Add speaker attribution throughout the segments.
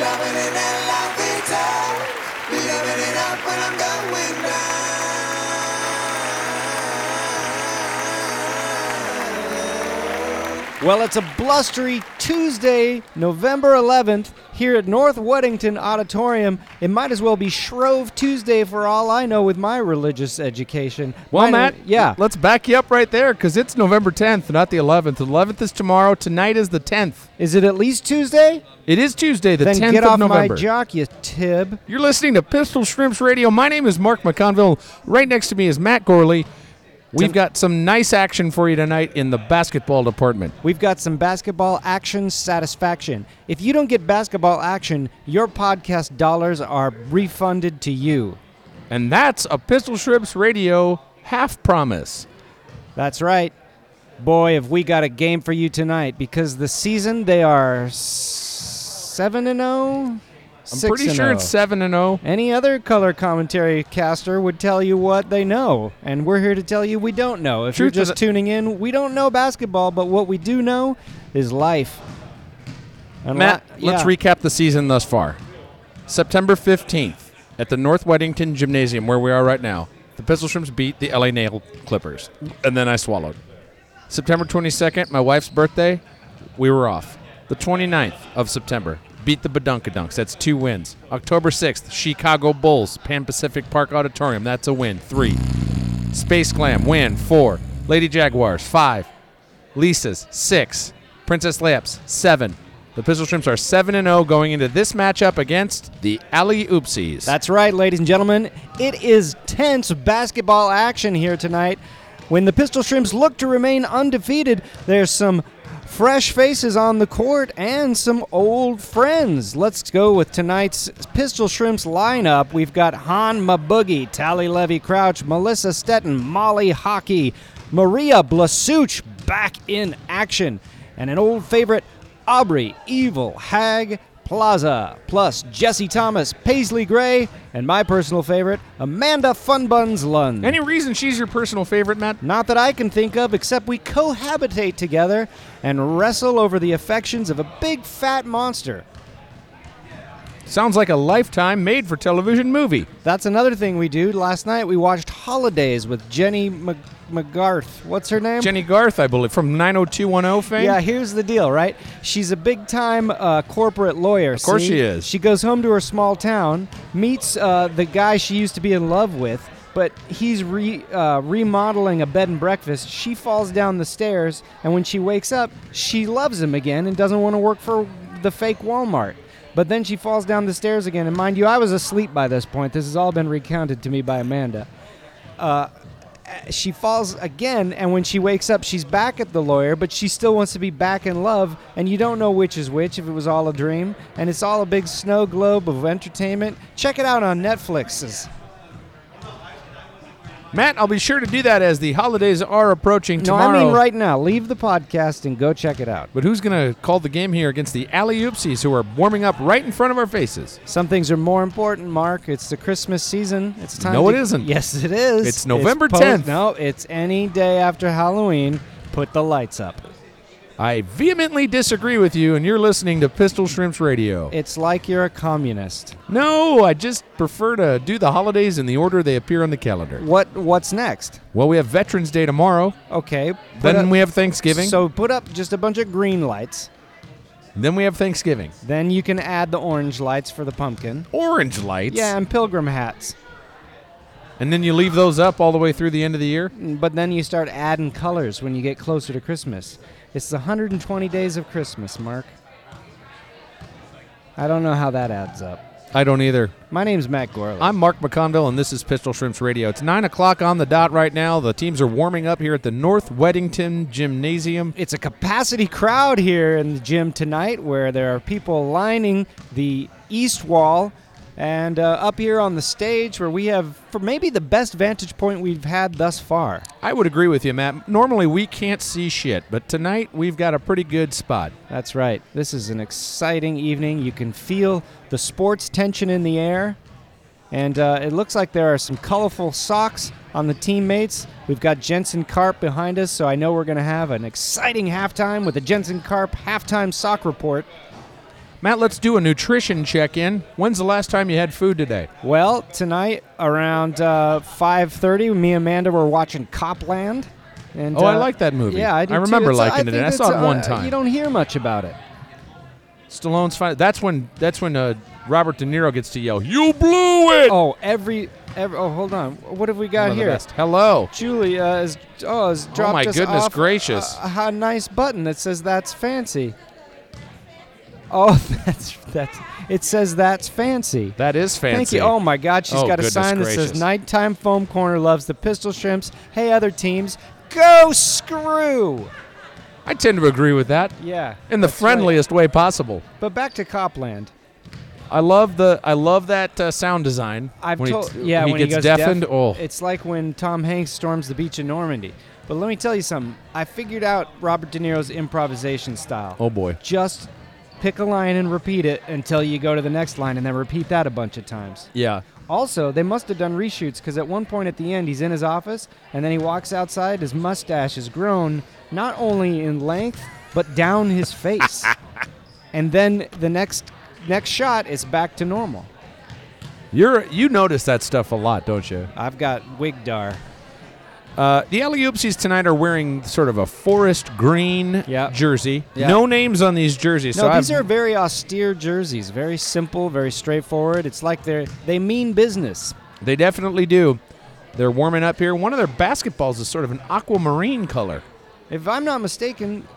Speaker 1: Loving it at la vita. Living it up when I'm going down.
Speaker 2: Well, it's a blustery Tuesday, November 11th, here at North Weddington Auditorium. It might as well be Shrove Tuesday for all I know with my religious education.
Speaker 3: Well,
Speaker 2: Mine-
Speaker 3: Matt,
Speaker 2: yeah.
Speaker 3: let's back you up right there because it's November 10th, not the 11th. The 11th is tomorrow. Tonight is the 10th.
Speaker 2: Is it at least Tuesday?
Speaker 3: It is Tuesday, the
Speaker 2: then
Speaker 3: 10th
Speaker 2: get
Speaker 3: of
Speaker 2: off
Speaker 3: November.
Speaker 2: my jock, you tib.
Speaker 3: You're listening to Pistol Shrimps Radio. My name is Mark McConville. Right next to me is Matt Gorley. We've got some nice action for you tonight in the basketball department.
Speaker 2: We've got some basketball action satisfaction. If you don't get basketball action, your podcast dollars are refunded to you.
Speaker 3: And that's a Pistol Shrimps Radio half promise.
Speaker 2: That's right. Boy, have we got a game for you tonight because the season they are s- 7 and oh? 0.
Speaker 3: I'm pretty sure it's 7 and oh. 0.
Speaker 2: oh. Any other color commentary caster would tell you what they know, and we're here to tell you we don't know. If
Speaker 3: Truth
Speaker 2: you're
Speaker 3: is
Speaker 2: just
Speaker 3: a-
Speaker 2: tuning in, we don't know basketball, but what we do know is life. And
Speaker 3: Matt,
Speaker 2: li-
Speaker 3: let's
Speaker 2: yeah.
Speaker 3: recap the season thus far. September 15th at the North Weddington Gymnasium, where we are right now, the Pistol Shrimps beat the LA Nail Clippers. And then I swallowed. September 22nd, my wife's birthday, we were off. The 29th of September, beat the Badunkadunks. That's two wins. October 6th, Chicago Bulls, Pan Pacific Park Auditorium. That's a win. Three. Space Glam, win. Four. Lady Jaguars, five. Lisa's six, Princess Layups seven. The Pistol Shrimps are seven and zero going into this matchup against the Alley Oopsies.
Speaker 2: That's right, ladies and gentlemen. It is tense basketball action here tonight. When the Pistol Shrimps look to remain undefeated, there's some fresh faces on the court and some old friends. Let's go with tonight's Pistol Shrimps lineup. We've got Han Maboogie, Tally Levy Crouch, Melissa Stetton, Molly Hockey, Maria Blasuch back in action, and an old favorite, Aubrey Evil Hag Plaza, plus Jesse Thomas, Paisley Gray, and my personal favorite, Amanda Funbuns Lund.
Speaker 3: Any reason she's your personal favorite, Matt?
Speaker 2: Not that I can think of, except we cohabitate together and wrestle over the affections of a big fat monster.
Speaker 3: Sounds like a lifetime made for television movie.
Speaker 2: That's another thing we do. Last night we watched Holidays with Jenny Mc- McGarth. What's her name?
Speaker 3: Jenny Garth, I believe, from 90210 fame.
Speaker 2: Yeah, here's the deal, right? She's a big time uh, corporate lawyer. Of
Speaker 3: course she is.
Speaker 2: She goes home to her small town, meets uh, the guy she used to be in love with, but he's re, uh, remodeling a bed and breakfast. She falls down the stairs, and when she wakes up, she loves him again and doesn't want to work for the fake Walmart. But then she falls down the stairs again, and mind you, I was asleep by this point. This has all been recounted to me by Amanda she falls again and when she wakes up she's back at the lawyer but she still wants to be back in love and you don't know which is which if it was all a dream and it's all a big snow globe of entertainment check it out on netflix
Speaker 3: Matt, I'll be sure to do that as the holidays are approaching
Speaker 2: no
Speaker 3: tomorrow.
Speaker 2: i mean right now leave the podcast and go check it out
Speaker 3: But who's going to call the game here against the Alley Oopsies, who are warming up right in front of our faces?
Speaker 2: some things are more important mark it's the christmas season it's time
Speaker 3: No,
Speaker 2: to-
Speaker 3: it isn't.
Speaker 2: yes it is
Speaker 3: It's November
Speaker 2: po-
Speaker 3: 10th.
Speaker 2: no it's any day after halloween put the lights up
Speaker 3: I vehemently disagree with you, and you're listening to Pistol Shrimps Radio.
Speaker 2: it's like you're a communist
Speaker 3: No, I just prefer to do the holidays in the order they appear on the calendar.
Speaker 2: what what's next
Speaker 3: Well, we have Veterans Day tomorrow.
Speaker 2: okay put
Speaker 3: Then
Speaker 2: up-
Speaker 3: we have Thanksgiving.
Speaker 2: uh, So put up just a bunch of green lights.
Speaker 3: then we have Thanksgiving.
Speaker 2: Then you can add the orange lights for the pumpkin.
Speaker 3: Orange lights.
Speaker 2: Yeah, and pilgrim hats.
Speaker 3: And then you leave those up all the way through the end of the year.
Speaker 2: But then you start adding colors when you get closer to Christmas. It's the 120 days of Christmas, Mark. I don't know how that adds up.
Speaker 3: I don't either.
Speaker 2: My name's Matt Gorley.
Speaker 3: I'm Mark McConville, and this is Pistol Shrimps Radio. It's 9 o'clock on the dot right now. The teams are warming up here at the North Weddington Gymnasium.
Speaker 2: it's a capacity crowd here in the gym tonight where there are people lining the east wall and uh, up here on the stage where we have for maybe the best vantage point we've had thus far.
Speaker 3: I would agree with you, Matt. Normally we can't see shit, but tonight we've got a pretty good spot.
Speaker 2: That's right. This is an exciting evening. You can feel the sports tension in the air. And uh, it looks like there are some colorful socks on the teammates. We've got Jensen Karp behind us, so I know we're going to have an exciting halftime with the Jensen Karp halftime sock report.
Speaker 3: Matt, let's do a nutrition check in. When's the last time you had food today?
Speaker 2: Well, tonight around uh, five thirty, me and Amanda were watching Copland. And,
Speaker 3: Oh, I
Speaker 2: uh,
Speaker 3: like that movie.
Speaker 2: Yeah, I do
Speaker 3: I remember
Speaker 2: too. It's-
Speaker 3: liking it,
Speaker 2: think
Speaker 3: and I
Speaker 2: it's,
Speaker 3: saw it one
Speaker 2: uh,
Speaker 3: time.
Speaker 2: You don't hear much about it.
Speaker 3: Stallone's fine. That's when that's when uh, Robert De Niro gets to yell, "You blew it!"
Speaker 2: Oh, every, every. Oh, hold on. What have we
Speaker 3: One
Speaker 2: got
Speaker 3: of the
Speaker 2: here?
Speaker 3: best. Hello.
Speaker 2: Julie uh, has, oh, has dropped
Speaker 3: my
Speaker 2: us
Speaker 3: goodness
Speaker 2: off uh,
Speaker 3: gracious.
Speaker 2: A, a nice button that says "That's fancy." Oh, that's that's. It says "That's fancy."
Speaker 3: That is fancy.
Speaker 2: Thank you. Oh my God, she's
Speaker 3: Oh,
Speaker 2: got a
Speaker 3: goodness
Speaker 2: sign that
Speaker 3: gracious.
Speaker 2: says "Nighttime Foam Corner loves the Pistol Shrimps." Hey, other teams, go screw.
Speaker 3: I tend to agree with that
Speaker 2: Yeah.
Speaker 3: in the
Speaker 2: that's right.
Speaker 3: friendliest way possible.
Speaker 2: But back to Copland.
Speaker 3: I love the I love that uh, sound design.
Speaker 2: I've
Speaker 3: when he
Speaker 2: told.
Speaker 3: t-
Speaker 2: yeah,
Speaker 3: he
Speaker 2: when
Speaker 3: gets
Speaker 2: he goes
Speaker 3: deafened.
Speaker 2: deaf,
Speaker 3: oh,
Speaker 2: It's like when Tom Hanks storms the beach in Normandy. But let me tell you something. I figured out Robert De Niro's improvisation style.
Speaker 3: oh boy.
Speaker 2: just pick a line and repeat it until you go to the next line and then repeat that a bunch of times.
Speaker 3: Yeah.
Speaker 2: Also, they must have done reshoots because at one point at the end, he's in his office and then he walks outside. His mustache is grown not only in length but down his face. and then the next next shot is back to normal.
Speaker 3: You're you notice that stuff a lot, don't you?
Speaker 2: I've got Wigdar.
Speaker 3: Uh, the Alley Oopsies tonight are wearing sort of a forest green
Speaker 2: Yeah.
Speaker 3: jersey.
Speaker 2: Yeah.
Speaker 3: No names on these jerseys.
Speaker 2: No,
Speaker 3: so
Speaker 2: these
Speaker 3: I've-
Speaker 2: are very austere jerseys. Very simple, very straightforward. It's like they're they mean business.
Speaker 3: They definitely do. They're warming up here. One of their basketballs is sort of an aquamarine color.
Speaker 2: If I'm not mistaken,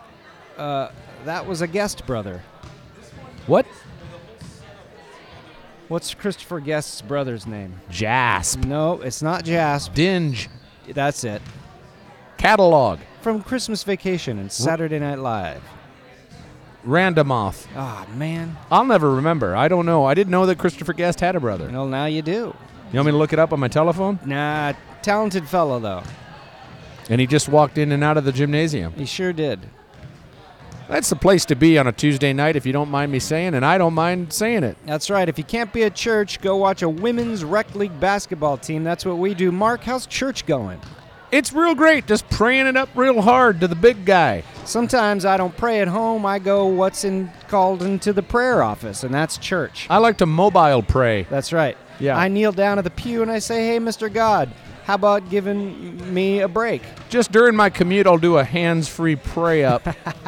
Speaker 2: uh, that was a guest brother.
Speaker 3: What?
Speaker 2: What's Christopher Guest's brother's name?
Speaker 3: Jasp.
Speaker 2: No, it's not Jasp.
Speaker 3: Dinge.
Speaker 2: That's it.
Speaker 3: Catalog.
Speaker 2: From Christmas Vacation and Saturday Night Live.
Speaker 3: Randomoth.
Speaker 2: Ah, man.
Speaker 3: I'll never remember. I don't know. I didn't know that Christopher Guest had a brother.
Speaker 2: Well, now you do.
Speaker 3: You want me to look it up on my telephone?
Speaker 2: Nah, talented fellow, though.
Speaker 3: And he just walked in and out of the gymnasium.
Speaker 2: He sure did.
Speaker 3: That's the place to be on a Tuesday night, if you don't mind me saying, and I don't mind saying it.
Speaker 2: That's right. If you can't be at church, go watch a women's rec league basketball team. That's what we do. Mark, how's church going?
Speaker 3: It's real great, just praying it up real hard to the big guy.
Speaker 2: Sometimes I don't pray at home. I go what's in, called into the prayer office, and that's church.
Speaker 3: I like to mobile pray.
Speaker 2: That's right.
Speaker 3: Yeah.
Speaker 2: I kneel down at the pew and I say, "Hey, Mr. God, how about giving me a break?"
Speaker 3: Just during my commute, I'll do a hands free pray up,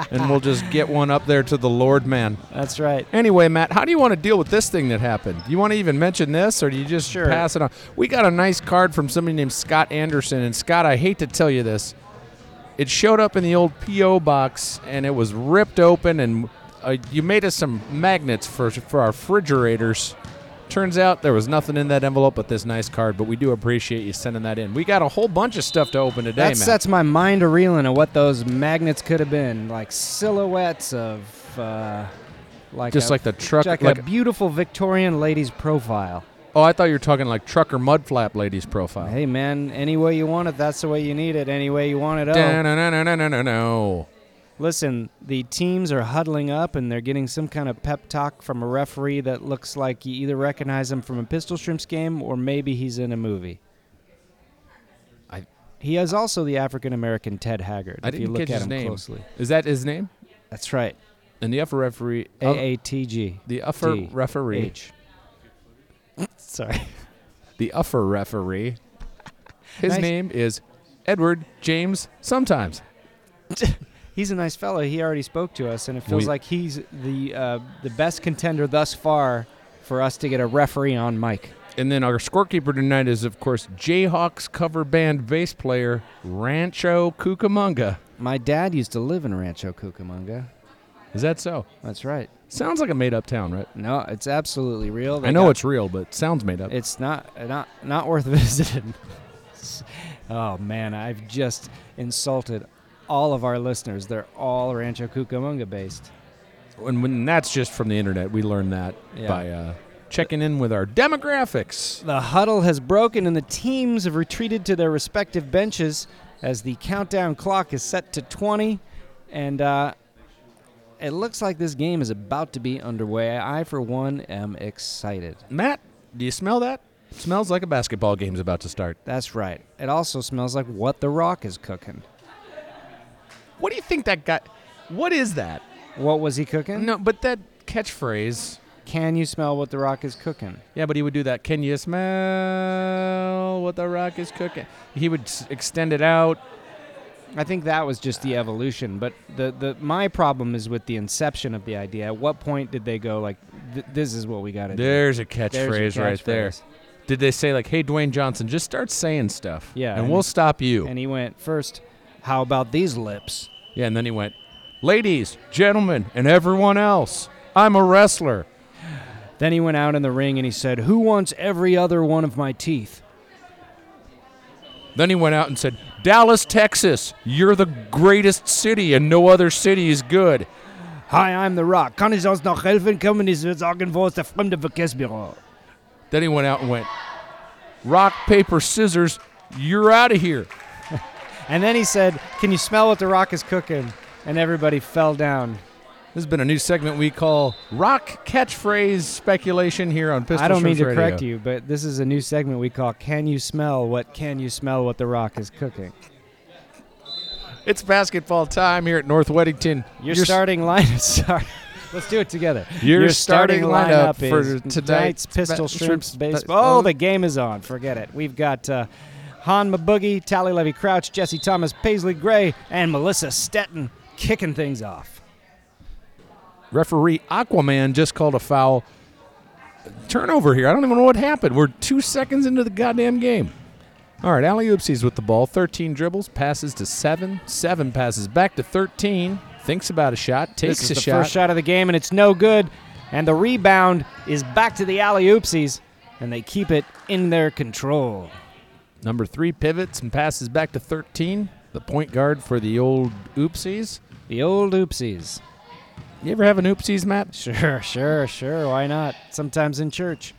Speaker 3: and we'll just get one up there to the Lord man.
Speaker 2: That's right.
Speaker 3: Anyway, Matt, how do you want to deal with this thing that happened? Do you want to even mention this, or do you just
Speaker 2: Sure.
Speaker 3: pass it on? We got a nice card from somebody named Scott Anderson, and Scott, I hate to tell you this, it showed up in the old PO box, and it was ripped open, and uh, you made us some magnets for for our refrigerators. Turns out there was nothing in that envelope but this nice card, but we do appreciate you sending that in. We got a whole bunch of stuff to open today,
Speaker 2: That
Speaker 3: Matt.
Speaker 2: sets my mind a reeling of what those magnets could have been, like silhouettes of, uh, like
Speaker 3: just
Speaker 2: a,
Speaker 3: like the truck,
Speaker 2: like,
Speaker 3: like
Speaker 2: a beautiful Victorian lady's profile.
Speaker 3: oh, I thought you were talking like trucker mudflap ladies profile.
Speaker 2: Hey man, any way you want it, that's the way you need it. Any way you want it, oh.
Speaker 3: Da-na-na-na-na-na-na.
Speaker 2: Listen, the teams are huddling up and they're getting some kind of pep talk from a referee that looks like you either recognize him from a Pistol Shrimps game or maybe he's in a movie.
Speaker 3: I-
Speaker 2: he is also the African American Ted Haggard.
Speaker 3: I
Speaker 2: if you
Speaker 3: didn't
Speaker 2: look
Speaker 3: catch
Speaker 2: at
Speaker 3: his
Speaker 2: him
Speaker 3: name.
Speaker 2: closely,
Speaker 3: Is that his name?
Speaker 2: that's right.
Speaker 3: And the upper referee,
Speaker 2: A A T G
Speaker 3: Oh. the upper
Speaker 2: D
Speaker 3: referee,
Speaker 2: H. Sorry,
Speaker 3: the upper referee. His
Speaker 2: Nice.
Speaker 3: name is Edward James. Sometimes
Speaker 2: he's a nice fellow. He already spoke to us, and it feels
Speaker 3: We-
Speaker 2: like he's the uh, the best contender thus far for us to get a referee on mic.
Speaker 3: And then our scorekeeper tonight is, of course, Jayhawks cover band bass player Rancho Cucamonga.
Speaker 2: My dad used to live in Rancho Cucamonga.
Speaker 3: Is that so?
Speaker 2: That's right.
Speaker 3: Sounds like a made up town, right?
Speaker 2: No, it's absolutely real. They
Speaker 3: I know
Speaker 2: got-
Speaker 3: it's real, but sounds made up.
Speaker 2: it's not not not worth visiting. oh man, I've just insulted all of our listeners. They're all Rancho Cucamonga based.
Speaker 3: and when that's just from the internet, we learned that
Speaker 2: Yeah.
Speaker 3: by uh, checking in with our demographics.
Speaker 2: The huddle has broken and the teams have retreated to their respective benches as the countdown clock is set to 20 and uh it looks like this game is about to be underway. I, for one, am excited.
Speaker 3: Matt, do you smell that? smells like a basketball game's about to start.
Speaker 2: That's right. It also smells like what The Rock is cooking.
Speaker 3: What do you think that guy? What is that?
Speaker 2: What was he cooking?
Speaker 3: No, but that catchphrase.
Speaker 2: Can you smell what the rock is cooking?
Speaker 3: Yeah, but he would do that. Can you smell what the rock is cooking? He would s- extend it out.
Speaker 2: I think that was just the evolution, but the, the my problem is with the inception of the idea. At what point did they go like, th- "This is what we got to do"?
Speaker 3: There's a
Speaker 2: There's your
Speaker 3: catchphrase right there.
Speaker 2: catchphrase.
Speaker 3: Did they say like, "Hey, Dwayne Johnson, just start saying stuff"?
Speaker 2: Yeah,
Speaker 3: and,
Speaker 2: and-
Speaker 3: we'll stop you.
Speaker 2: And he went first. How about these lips?
Speaker 3: yeah, and then he went, "Ladies, gentlemen, and everyone else, I'm a wrestler."
Speaker 2: Then he went out in the ring and he said, "Who wants every other one of my teeth?"
Speaker 3: Then he went out and said, "Dallas, Texas, you're the greatest city, and no other city is good."
Speaker 2: Hi, I'm the Rock. Kann ich uns noch helfen? Kommen Sie sagen, wo ist der fremde Verkehrsbüro?
Speaker 3: Then he went out and went, "Rock, paper, scissors, you're out of here."
Speaker 2: And then he said, "Can you smell what the Rock is cooking?" And everybody fell down.
Speaker 3: This has been a new segment we call Rock Catchphrase Speculation here on Pistol
Speaker 2: I don't mean
Speaker 3: Shrimps
Speaker 2: to
Speaker 3: Radio.
Speaker 2: correct you, but this is a new segment we call "Can You Smell What Can You Smell What the Rock Is Cooking."
Speaker 3: It's basketball time here at North Weddington.
Speaker 2: Your
Speaker 3: You're s-
Speaker 2: starting lineup. Sorry, let's do it together.
Speaker 3: Your starting lineup
Speaker 2: lineup
Speaker 3: for
Speaker 2: is
Speaker 3: tonight's
Speaker 2: Pistol
Speaker 3: ba- Shrimps
Speaker 2: Shrimps
Speaker 3: baseball.
Speaker 2: baseball. Oh, the game is on. Forget it. We've got uh, Han Maboogie, Tally Levy Crouch, Jesse Thomas, Paisley Gray, and Melissa Stetton kicking things off.
Speaker 3: referee Aquaman just called a foul turnover here. I don't even know what happened. We're two seconds into the goddamn game. All right, Alley Oopsies with the ball. 13 dribbles, passes to seven. Seven passes back to 13. Thinks about a shot, takes
Speaker 2: This is
Speaker 3: a
Speaker 2: the
Speaker 3: shot.
Speaker 2: first shot of the game, and it's no good. And the rebound is back to the alley oopsies, and they keep it in their control.
Speaker 3: Number three pivots and passes back to 13. The point guard for the old Oopsies.
Speaker 2: The old oopsies.
Speaker 3: You ever have an Oopsies, Matt?
Speaker 2: Sure, sure, sure. Why not? Sometimes in church.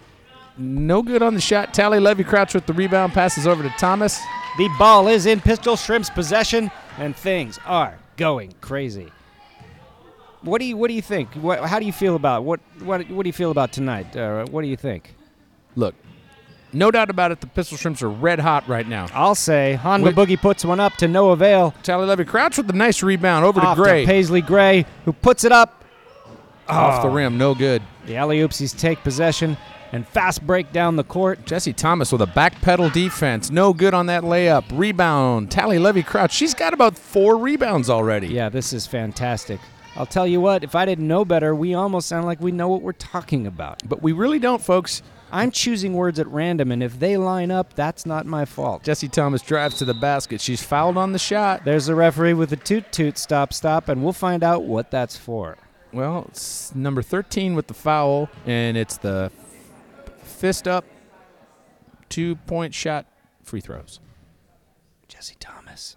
Speaker 3: No good on the shot. Tally Levy Crouch with the rebound, passes over to Thomas.
Speaker 2: The ball is in Pistol Shrimp's possession, and things are going crazy. What do you What do you think? What, how do you feel about what What What do you feel about tonight? Uh, what do you think?
Speaker 3: Look, no doubt about it, the Pistol Shrimps are red hot right now.
Speaker 2: I'll say Hanma
Speaker 3: Wait.
Speaker 2: Boogie puts one up to no avail.
Speaker 3: Tally Levy Crouch with the nice rebound over to
Speaker 2: Off
Speaker 3: Gray.
Speaker 2: to Paisley Gray, who puts it up.
Speaker 3: Off
Speaker 2: Oh.
Speaker 3: the rim, no good.
Speaker 2: The alley oopsies take possession and fast break down the court.
Speaker 3: Jesse Thomas with a back pedal defense. No good on that layup. Rebound. Tally Levy Crouch. She's got about four rebounds already.
Speaker 2: Yeah, this is fantastic. I'll tell you what, if I didn't know better, we almost sound like we know what we're talking about.
Speaker 3: But we really don't, folks.
Speaker 2: I'm choosing words at random, and if they line up, that's not my fault.
Speaker 3: Jesse Thomas drives to the basket. She's fouled on the shot.
Speaker 2: There's the referee with the toot toot stop stop, and we'll find out what that's for.
Speaker 3: Well, it's number 13 with the foul, and it's the fist up, two point shot, free throws.
Speaker 2: Jesse Thomas.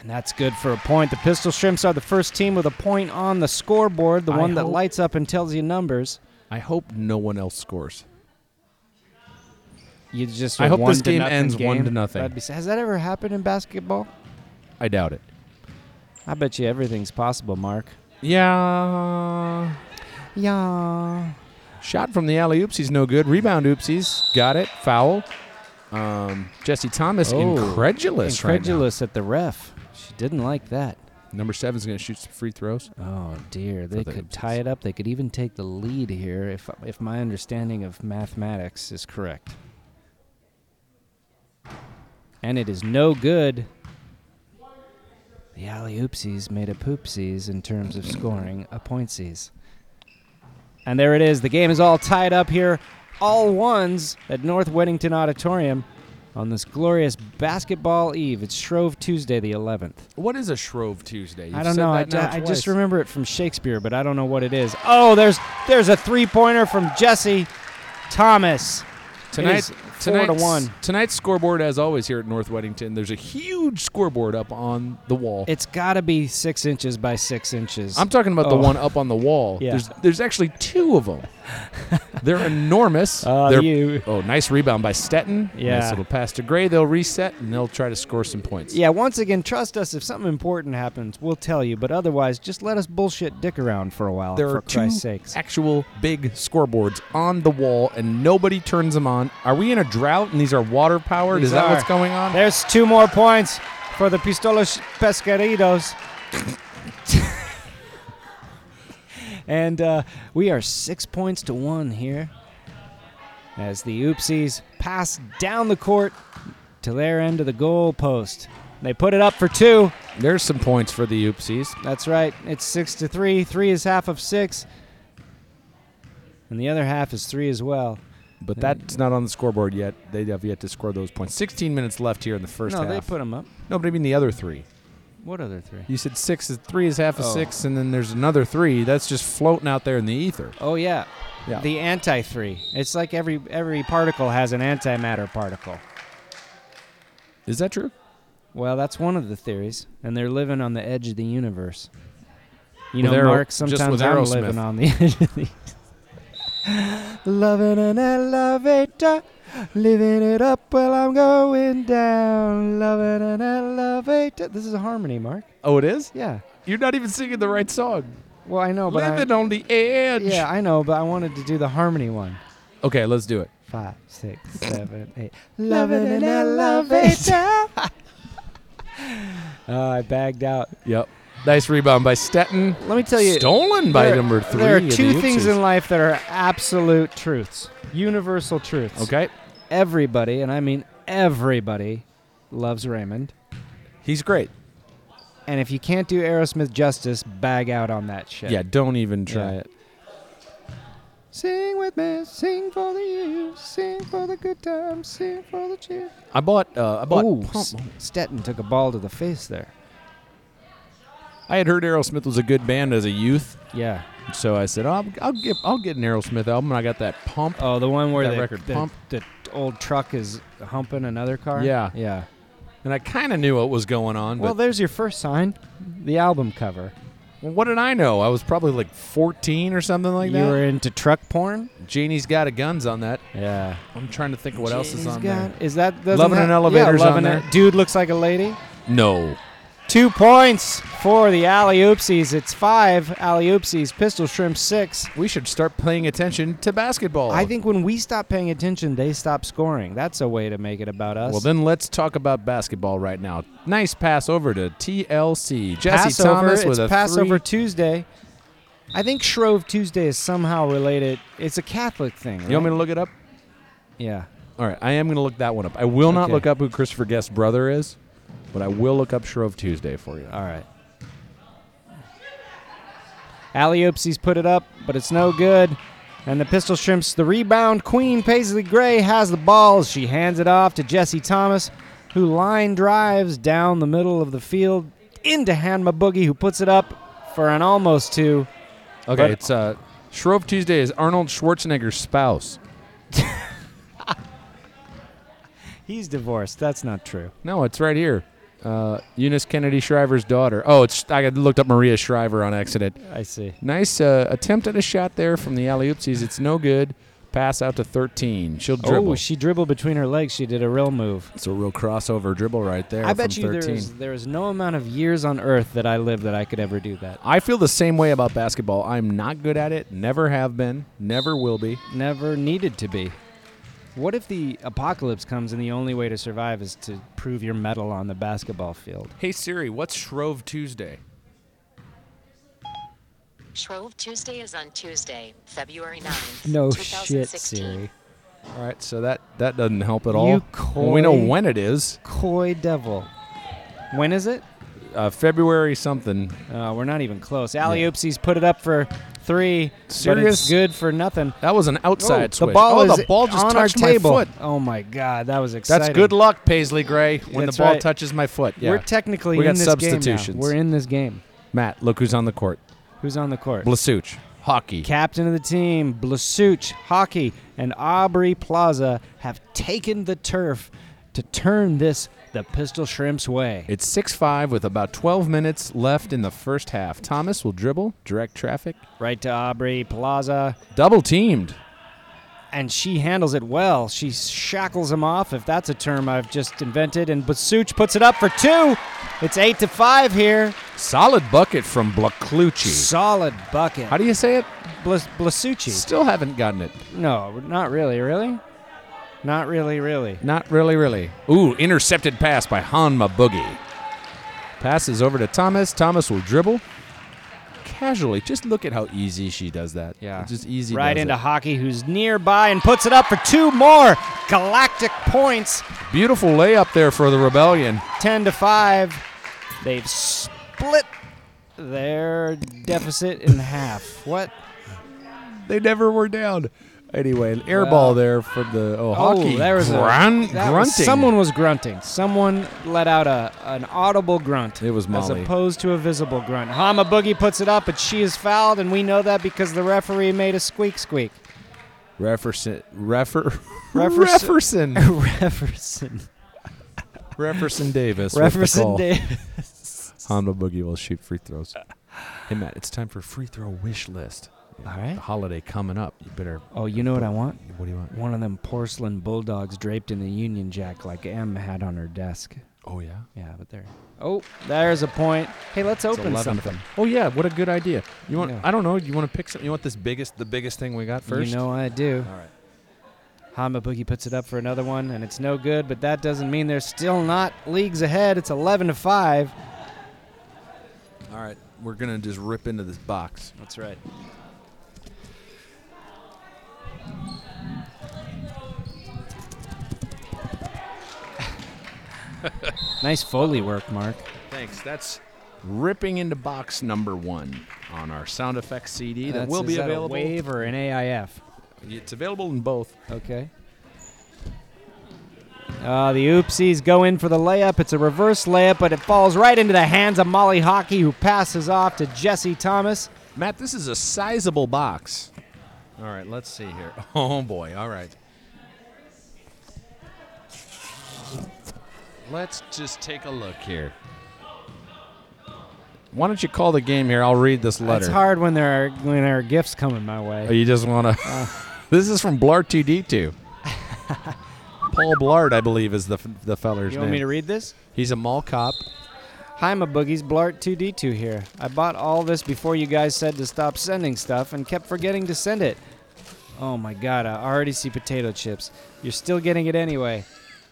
Speaker 2: And that's good for a point. The Pistol Shrimps are the first team with a point on the scoreboard, the
Speaker 3: I
Speaker 2: one that
Speaker 3: hope-
Speaker 2: lights up and tells you numbers.
Speaker 3: I hope no one else scores.
Speaker 2: You just
Speaker 3: I
Speaker 2: a
Speaker 3: hope
Speaker 2: one
Speaker 3: this
Speaker 2: to
Speaker 3: game
Speaker 2: nothing
Speaker 3: ends one
Speaker 2: game.
Speaker 3: to nothing.
Speaker 2: That'd be- has that ever happened in basketball?
Speaker 3: I doubt it.
Speaker 2: I bet you everything's possible, Mark.
Speaker 3: Yeah.
Speaker 2: Yeah.
Speaker 3: Shot from the alley oopsies, no good. Rebound oopsies, got it. Foul. Um, Jesse Thomas,
Speaker 2: Oh.
Speaker 3: incredulous,
Speaker 2: Incredulous at the ref. She didn't like that.
Speaker 3: right now. Number seven's going to shoot some free throws.
Speaker 2: Oh dear, they
Speaker 3: the
Speaker 2: could
Speaker 3: Oopsies.
Speaker 2: tie it up. They could even take the lead here if if my understanding of mathematics is correct. And it is no good. The alley oopsies made a poopsies in terms of scoring a pointsies. And there it is. The game is all tied up here, all ones at North Weddington Auditorium on this glorious basketball eve. It's Shrove Tuesday, the 11th.
Speaker 3: What is a Shrove Tuesday? You've
Speaker 2: I don't
Speaker 3: said
Speaker 2: know. I,
Speaker 3: that now
Speaker 2: I just
Speaker 3: twice.
Speaker 2: remember it from Shakespeare, but I don't know what it is. Oh, there's there's a three pointer from Jesse Thomas. It is
Speaker 3: Tonight,
Speaker 2: four to
Speaker 3: tonight's,
Speaker 2: one.
Speaker 3: Tonight's scoreboard, as always, here at North Weddington. There's a huge scoreboard up on the wall.
Speaker 2: It's got to be six inches by six inches.
Speaker 3: I'm talking about the
Speaker 2: Oh.
Speaker 3: one up on the wall.
Speaker 2: Yeah.
Speaker 3: There's there's actually two of them. They're enormous.
Speaker 2: Uh,
Speaker 3: They're-
Speaker 2: you.
Speaker 3: Oh, nice rebound by Stetton. Nice
Speaker 2: Yeah.
Speaker 3: little pass to Gray. They'll reset and they'll try to score some points.
Speaker 2: Yeah. Once again, trust us. If something important happens, we'll tell you. But otherwise, just let us bullshit dick around for a while.
Speaker 3: There
Speaker 2: for
Speaker 3: are two
Speaker 2: Christ's sakes.
Speaker 3: actual big scoreboards on the wall, and nobody turns them on. Are we in a drought? And these are water powered.
Speaker 2: These
Speaker 3: Is that
Speaker 2: are.
Speaker 3: what's going on?
Speaker 2: There's two more points for the Pistolos Pescaritos. And uh, we are six points to one here as the Oopsies pass down the court to their end of the goal post. They put it up for two.
Speaker 3: There's some points for the oopsies.
Speaker 2: That's right. It's six to three. Three is half of six, and the other half is three as well.
Speaker 3: But that's not on the scoreboard yet. They have yet to score those points. 16 minutes left here in the first
Speaker 2: no,
Speaker 3: half.
Speaker 2: they put them up.
Speaker 3: no, but I mean the other three.
Speaker 2: What other three?
Speaker 3: You said six is three is half of
Speaker 2: Oh.
Speaker 3: six, and then there's another three that's just floating out there in the ether.
Speaker 2: Oh yeah,
Speaker 3: Yeah.
Speaker 2: the anti three. It's like every every particle has an antimatter particle.
Speaker 3: Is that true?
Speaker 2: Well, that's one of the theories, and they're living on the edge of the universe. You
Speaker 3: With
Speaker 2: know,
Speaker 3: Aero-
Speaker 2: Mark.
Speaker 3: just with
Speaker 2: Sometimes I'm
Speaker 3: Aerosmith.
Speaker 2: living on the edge of the. Loving an elevator, living it up while I'm going down. Loving an elevator. This is a harmony, Mark.
Speaker 3: Oh, it is.
Speaker 2: Yeah.
Speaker 3: You're not even singing the right song.
Speaker 2: Well, I know, but I,
Speaker 3: Living on the edge.
Speaker 2: yeah, I know, but I wanted to do the harmony one.
Speaker 3: Okay, let's do it.
Speaker 2: Five, six, seven, eight.
Speaker 1: Loving an
Speaker 2: Oh, I bagged out.
Speaker 3: Yep. Nice rebound by Stetton.
Speaker 2: Let me tell you.
Speaker 3: Stolen by
Speaker 2: there-
Speaker 3: number three.
Speaker 2: There are
Speaker 3: of the
Speaker 2: two things
Speaker 3: Oopsies.
Speaker 2: in life that are absolute truths, universal truths.
Speaker 3: Okay.
Speaker 2: Everybody, and I mean everybody, loves Raymond.
Speaker 3: He's great.
Speaker 2: And if you can't do Aerosmith justice, bag out on that shit.
Speaker 3: Yeah, don't even try
Speaker 2: Yeah.
Speaker 3: it.
Speaker 2: Sing with me, sing for the years, sing for the good times, sing for the cheer.
Speaker 3: I bought. Uh, I bought.
Speaker 2: Oh, S- Stetton took a ball to the face there.
Speaker 3: I had heard Aerosmith was a good band as a youth,
Speaker 2: Yeah.
Speaker 3: so I said, "I'll, I'll get, I'll get an Aerosmith album." And I got that pump.
Speaker 2: Oh, the one where
Speaker 3: That
Speaker 2: the,
Speaker 3: record
Speaker 2: the,
Speaker 3: pump.
Speaker 2: the old truck is humping another car.
Speaker 3: Yeah.
Speaker 2: Yeah.
Speaker 3: And I kind of knew what was going on.
Speaker 2: Well,
Speaker 3: But
Speaker 2: there's your first sign, the album cover.
Speaker 3: well, what did I know? I was probably like 14 or something like
Speaker 2: you
Speaker 3: that.
Speaker 2: were into truck porn.
Speaker 3: Janie's got a guns on that.
Speaker 2: Yeah.
Speaker 3: I'm trying to think of what else is on there.
Speaker 2: Is that doesn't
Speaker 3: Lovin'
Speaker 2: that-
Speaker 3: an Elevator's
Speaker 2: yeah,
Speaker 3: on
Speaker 2: Lovin'
Speaker 3: there.
Speaker 2: It- Dude looks like a lady.
Speaker 3: No.
Speaker 2: Two points for the alley oopsies. It's five alley oopsies. Pistol shrimp six.
Speaker 3: We should start paying attention to basketball.
Speaker 2: I think when we stop paying attention, they stop scoring. That's a way to make it about us.
Speaker 3: Well, then let's talk about basketball right now. Nice pass over to TLC. Jesse
Speaker 2: Passover.
Speaker 3: Thomas with
Speaker 2: it's
Speaker 3: a
Speaker 2: Passover
Speaker 3: three.
Speaker 2: Tuesday. I think Shrove Tuesday is somehow related. It's a Catholic thing.
Speaker 3: You want me
Speaker 2: right?
Speaker 3: to look it up?
Speaker 2: yeah.
Speaker 3: All right, I am going to look that one up. I will not
Speaker 2: Okay.
Speaker 3: look up who Christopher Guest's brother is, but I will look up Shrove Tuesday for you.
Speaker 2: All right. Alley-oopsies put it up, but it's no good. And the Pistol Shrimps, the rebound queen, Paisley Gray, has the ball. She hands it off to Jesse Thomas, who line drives down the middle of the field into Hanma Boogie, who puts it up for an almost two.
Speaker 3: Okay,
Speaker 2: But-
Speaker 3: it's uh, Shrove Tuesday is Arnold Schwarzenegger's spouse.
Speaker 2: He's divorced. That's not true.
Speaker 3: No, it's right here. Uh, Eunice Kennedy Shriver's daughter. Oh, it's I looked up Maria Shriver on accident.
Speaker 2: I see.
Speaker 3: Nice uh, attempt at a shot there from the alley oopsies. It's no good. Pass out to 13. She'll dribble.
Speaker 2: Oh, she dribbled between her legs. She did a real move.
Speaker 3: it's a real crossover dribble right there.
Speaker 2: I bet
Speaker 3: from
Speaker 2: you
Speaker 3: 13.
Speaker 2: there is, there is no amount of years on earth that I live that I could ever do that.
Speaker 3: I feel the same way about basketball. I'm not good at it. Never have been. Never will be.
Speaker 2: Never needed to be. What if the apocalypse comes and the only way to survive is to prove your metal on the basketball field?
Speaker 3: Hey Siri, what's Shrove Tuesday?
Speaker 4: Shrove Tuesday is on Tuesday, February 9th.
Speaker 2: No shit,
Speaker 4: 2016.
Speaker 2: Siri.
Speaker 3: All right, so that that doesn't help at all.
Speaker 2: You
Speaker 3: Well, we know
Speaker 2: coy-
Speaker 3: when it is.
Speaker 2: Coy devil. When is it?
Speaker 3: Uh, February something.
Speaker 2: Uh, we're not even close. Alley oopsies put it up for three. But
Speaker 3: Serious?
Speaker 2: it's good for nothing.
Speaker 3: That was an outside
Speaker 2: the
Speaker 3: switch.
Speaker 2: ball
Speaker 3: oh,
Speaker 2: is
Speaker 3: the ball just
Speaker 2: on
Speaker 3: touched
Speaker 2: our table.
Speaker 3: my foot.
Speaker 2: Oh my god, that was exciting.
Speaker 3: That's good luck, Paisley Gray. When
Speaker 2: That's
Speaker 3: the ball
Speaker 2: right.
Speaker 3: touches my foot, yeah.
Speaker 2: We're technically
Speaker 3: We got
Speaker 2: in this game
Speaker 3: substitutions.
Speaker 2: now. We're in this game.
Speaker 3: Matt, look who's on the court.
Speaker 2: Who's on the court?
Speaker 3: Blasuch, hockey.
Speaker 2: Captain of the team, Blasuch, Hockey, and Aubrey Plaza have taken the turf to turn this the Pistol Shrimp's way.
Speaker 3: It's 6 5 with about 12 minutes left in the first half. Thomas will dribble, direct traffic,
Speaker 2: Right to Aubrey Plaza,
Speaker 3: double teamed.
Speaker 2: and she handles it well. She shackles him off, if that's a term I've just invented, and Blasuch puts it up for two. It's eight to five here.
Speaker 3: Solid bucket from Blaklucci.
Speaker 2: Solid bucket.
Speaker 3: How do you say it?
Speaker 2: Blas- Blasucci.
Speaker 3: Still haven't gotten it.
Speaker 2: No, not really, really? Not really, really.
Speaker 3: Not really, really. Ooh, intercepted pass by Hanma Boogie. Passes over to Thomas. Thomas will dribble. casually. Just look at how easy she does that.
Speaker 2: Yeah.
Speaker 3: Just easy.
Speaker 2: Right
Speaker 3: does
Speaker 2: into
Speaker 3: it.
Speaker 2: Hockey, who's nearby and puts it up for two more galactic points.
Speaker 3: Beautiful layup there for the Rebellion.
Speaker 2: 10 to 5. They've split their deficit in half. What?
Speaker 3: They never were down. Anyway, an air
Speaker 2: Well-
Speaker 3: ball there from the oh, hockey.
Speaker 2: Oh, there was
Speaker 3: Grun-
Speaker 2: a that was-
Speaker 3: grunting.
Speaker 2: someone was grunting. Someone let out a an audible grunt.
Speaker 3: It was Molly.
Speaker 2: as opposed to a visible grunt. Hama Boogie puts it up, but she is fouled, and we know that because the referee made a squeak squeak.
Speaker 3: Referson. Refer.
Speaker 2: Referson.
Speaker 3: Referson.
Speaker 2: Referson.
Speaker 3: Referson Davis. with the
Speaker 2: Referson
Speaker 3: call.
Speaker 2: Davis.
Speaker 3: Honda Boogie will shoot free throws. Hey Matt, it's time for free throw wish list.
Speaker 2: All right.
Speaker 3: The holiday coming up. You better.
Speaker 2: Oh, you know what I want?
Speaker 3: What do you want?
Speaker 2: One of them porcelain bulldogs draped in the Union Jack like Em had on her desk.
Speaker 3: Oh yeah.
Speaker 2: Yeah, but there. Oh, there's a point. Hey, let's
Speaker 3: It's
Speaker 2: open
Speaker 3: 11th.
Speaker 2: something.
Speaker 3: Oh yeah. What a good idea. You want?
Speaker 2: Yeah.
Speaker 3: I don't know. You want to pick something? You want this biggest? The biggest thing we got first?
Speaker 2: You know I do.
Speaker 3: All right.
Speaker 2: Hama Boogie puts it up for another one, and it's no good. But that doesn't mean they're still not leagues ahead. It's 11 to five.
Speaker 3: All right. We're gonna just rip into this box.
Speaker 2: That's right. nice foley work, Mark.
Speaker 3: Thanks. That's ripping into box number one on our sound effects CD that
Speaker 2: That's-
Speaker 3: will
Speaker 2: is
Speaker 3: be
Speaker 2: that a
Speaker 3: available.
Speaker 2: wave or an AIF.
Speaker 3: It's available in both.
Speaker 2: Okay. Uh, the oopsies go in for the layup. It's a reverse layup, but it falls right into the hands of Molly Hockey, who passes off to Jesse Thomas.
Speaker 3: Matt, this is a sizable box. All right, let's see here. Oh boy, all right. Let's just take a look here. Why don't you call the game here? I'll read this letter.
Speaker 2: It's hard when there are when there are gifts coming my way.
Speaker 3: Oh, you just want to.
Speaker 2: Uh.
Speaker 3: this is from Blart2D2. Paul Blart, I believe, is the f- the feller's
Speaker 2: you
Speaker 3: name.
Speaker 2: want me to read this?
Speaker 3: He's a mall cop.
Speaker 2: Hi, my boogies. Blart2D2 here. I bought all this before you guys said to stop sending stuff and kept forgetting to send it. Oh my god, I already see potato chips. You're still getting it anyway.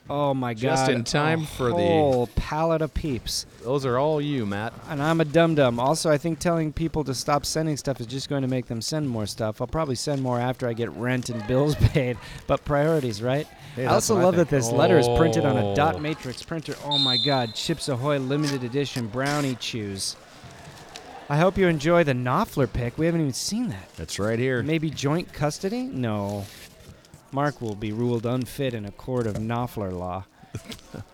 Speaker 2: Oh my god.
Speaker 3: Just in time
Speaker 2: a
Speaker 3: for the-
Speaker 2: whole pallet of peeps.
Speaker 3: Those are all you, Matt.
Speaker 2: And I'm a dum dum. Also, I think telling people to stop sending stuff is just going to make them send more stuff. I'll probably send more after I get rent and bills paid, but priorities, right?
Speaker 3: Hey,
Speaker 2: I
Speaker 3: that's
Speaker 2: also
Speaker 3: what I
Speaker 2: love
Speaker 3: think.
Speaker 2: that this letter is printed on a
Speaker 3: Oh.
Speaker 2: dot matrix printer. Oh my God, Chips Ahoy limited edition brownie chews. I hope you enjoy the Knopfler pick. We haven't even seen that.
Speaker 3: That's right here.
Speaker 2: Maybe joint custody? No. Mark will be ruled unfit in a court of Knopfler law.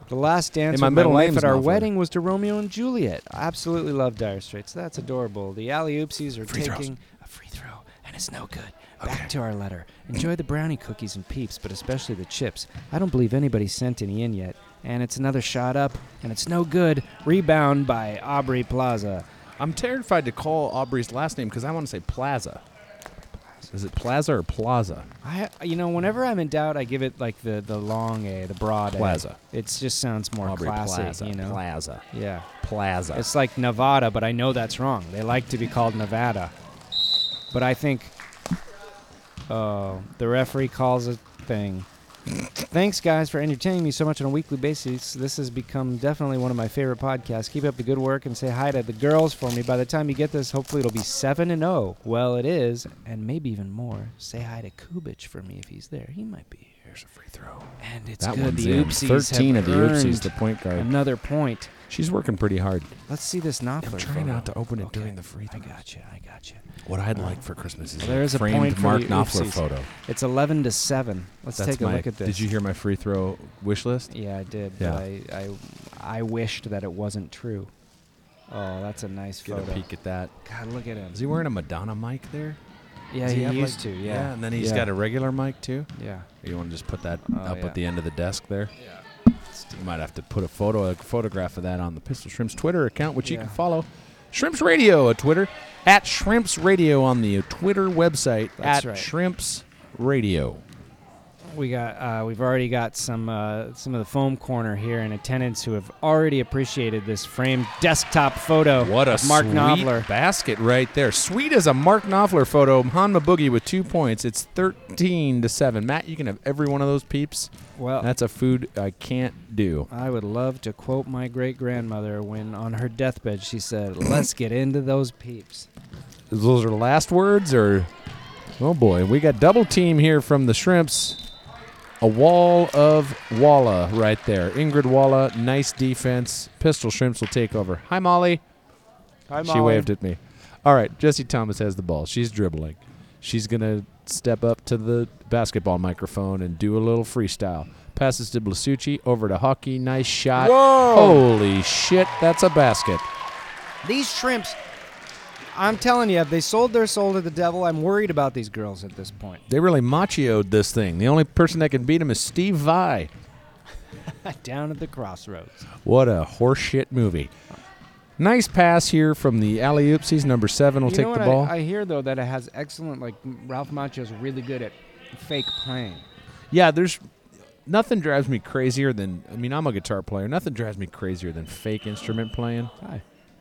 Speaker 2: The last dance
Speaker 3: Hey, my
Speaker 2: with
Speaker 3: middle
Speaker 2: my wife at
Speaker 3: name's
Speaker 2: our
Speaker 3: Knopfler.
Speaker 2: wedding was to Romeo and Juliet. I absolutely love Dire Straits. That's adorable. The alley oopsies are
Speaker 3: Free throws.
Speaker 2: taking a free throw, and it's no good. Back to our letter. Enjoy the brownie cookies and peeps, but especially the chips. I don't believe anybody sent any in yet. And it's another shot up, and it's no good. Rebound by Aubrey Plaza.
Speaker 3: I'm terrified to call Aubrey's last name because I want to say Plaza. Is it Plaza or Plaza?
Speaker 2: I, you know, whenever I'm in doubt, I give it like the the long A, the broad A.
Speaker 3: Plaza.
Speaker 2: It just sounds more
Speaker 3: Aubrey
Speaker 2: classy,
Speaker 3: Plaza.
Speaker 2: you know.
Speaker 3: Plaza.
Speaker 2: Yeah,
Speaker 3: Plaza.
Speaker 2: it's like Nevada, but I know that's wrong. They like to be called Nevada, but I think uh, the referee calls a thing. Thanks, guys, for entertaining me so much on a weekly basis. This has become definitely one of my favorite podcasts. Keep up the good work and say hi to the girls for me. By the time you get this, hopefully it'll be 7 and 0. Well, it is, and maybe even more. Say hi to Kubich for me if he's there. He might be here.
Speaker 3: Here's a free throw.
Speaker 2: And it's
Speaker 3: That
Speaker 2: good.
Speaker 3: one's
Speaker 2: The
Speaker 3: in.
Speaker 2: oopsies have
Speaker 3: 13 of the oopsies,
Speaker 2: earned
Speaker 3: the point guard.
Speaker 2: Another point.
Speaker 3: She's working pretty hard.
Speaker 2: Let's see this Knopfler.
Speaker 3: I'm trying
Speaker 2: photo.
Speaker 3: not to open it
Speaker 2: Okay,
Speaker 3: during the free
Speaker 2: I
Speaker 3: throws.
Speaker 2: got you. I got you.
Speaker 3: What I'd like for Christmas is
Speaker 2: There's
Speaker 3: a
Speaker 2: a
Speaker 3: framed
Speaker 2: point for
Speaker 3: Mark
Speaker 2: the
Speaker 3: Knopfler
Speaker 2: oopsies.
Speaker 3: photo.
Speaker 2: It's 11 to 7. Let's take a
Speaker 3: my,
Speaker 2: look at this.
Speaker 3: Did you hear my free throw wish list?
Speaker 2: Yeah, I did.
Speaker 3: Yeah.
Speaker 2: But I, I, I wished that it wasn't true. Oh, that's a nice
Speaker 3: Get
Speaker 2: photo.
Speaker 3: a peek at that.
Speaker 2: God, look at him.
Speaker 3: Is he wearing a Madonna mic there?
Speaker 2: yeah,
Speaker 3: Does
Speaker 2: he,
Speaker 3: have, like-
Speaker 2: used to. Yeah.
Speaker 3: and then he's
Speaker 2: Yeah.
Speaker 3: got a regular mic too.
Speaker 2: Yeah.
Speaker 3: Or you want to just put that
Speaker 2: Oh,
Speaker 3: up
Speaker 2: yeah.
Speaker 3: at the end of the desk there? Yeah. You might have to put a photo, a photograph of that on the Pistol Shrimps Twitter account, which you can
Speaker 2: Yeah.
Speaker 3: follow. Shrimps Radio at Twitter, at Shrimps Radio on the Twitter website,
Speaker 2: That's
Speaker 3: at
Speaker 2: right.
Speaker 3: Shrimps Radio.
Speaker 2: We got uh, we've already got some uh, some of the foam corner here in attendance who have already appreciated this framed desktop photo
Speaker 3: What a
Speaker 2: of Mark
Speaker 3: sweet
Speaker 2: Knopfler.
Speaker 3: basket right there. Sweet as a Mark Knopfler photo. Hanma Boogie with two points. It's 13 to 7. Matt, you can have every one of those peeps.
Speaker 2: Well,
Speaker 3: That's a food I can't do.
Speaker 2: I would love to quote my great grandmother when on her deathbed she said, "Let's get into those peeps."
Speaker 3: Those are last words, or. Oh boy, we got double team here from the Shrimps. A wall of Walla right there. Ingrid Walla, nice defense. Pistol Shrimps will take over. Hi, Molly. She waved at me. All right, Jesse Thomas has the ball. She's dribbling. She's going to step up to the basketball microphone and do a little freestyle. Passes to Blasucci, over to Hockey. Nice shot.
Speaker 2: Whoa.
Speaker 3: Holy shit, that's a basket.
Speaker 2: These shrimps. I'm telling you, if they sold their soul to the devil, I'm worried about these girls at this point.
Speaker 3: They really machioed this thing. The only person that can beat him is Steve Vai.
Speaker 2: Down at the crossroads.
Speaker 3: What a horseshit movie. Nice pass here from the alley oopsies. Number seven will
Speaker 2: you
Speaker 3: take
Speaker 2: know
Speaker 3: the
Speaker 2: what
Speaker 3: ball.
Speaker 2: I, I hear though that it has excellent. Like Ralph Macchio's really good at fake playing.
Speaker 3: Yeah, there's nothing drives me crazier than I mean, I'm a guitar player. Nothing drives me crazier than fake instrument playing.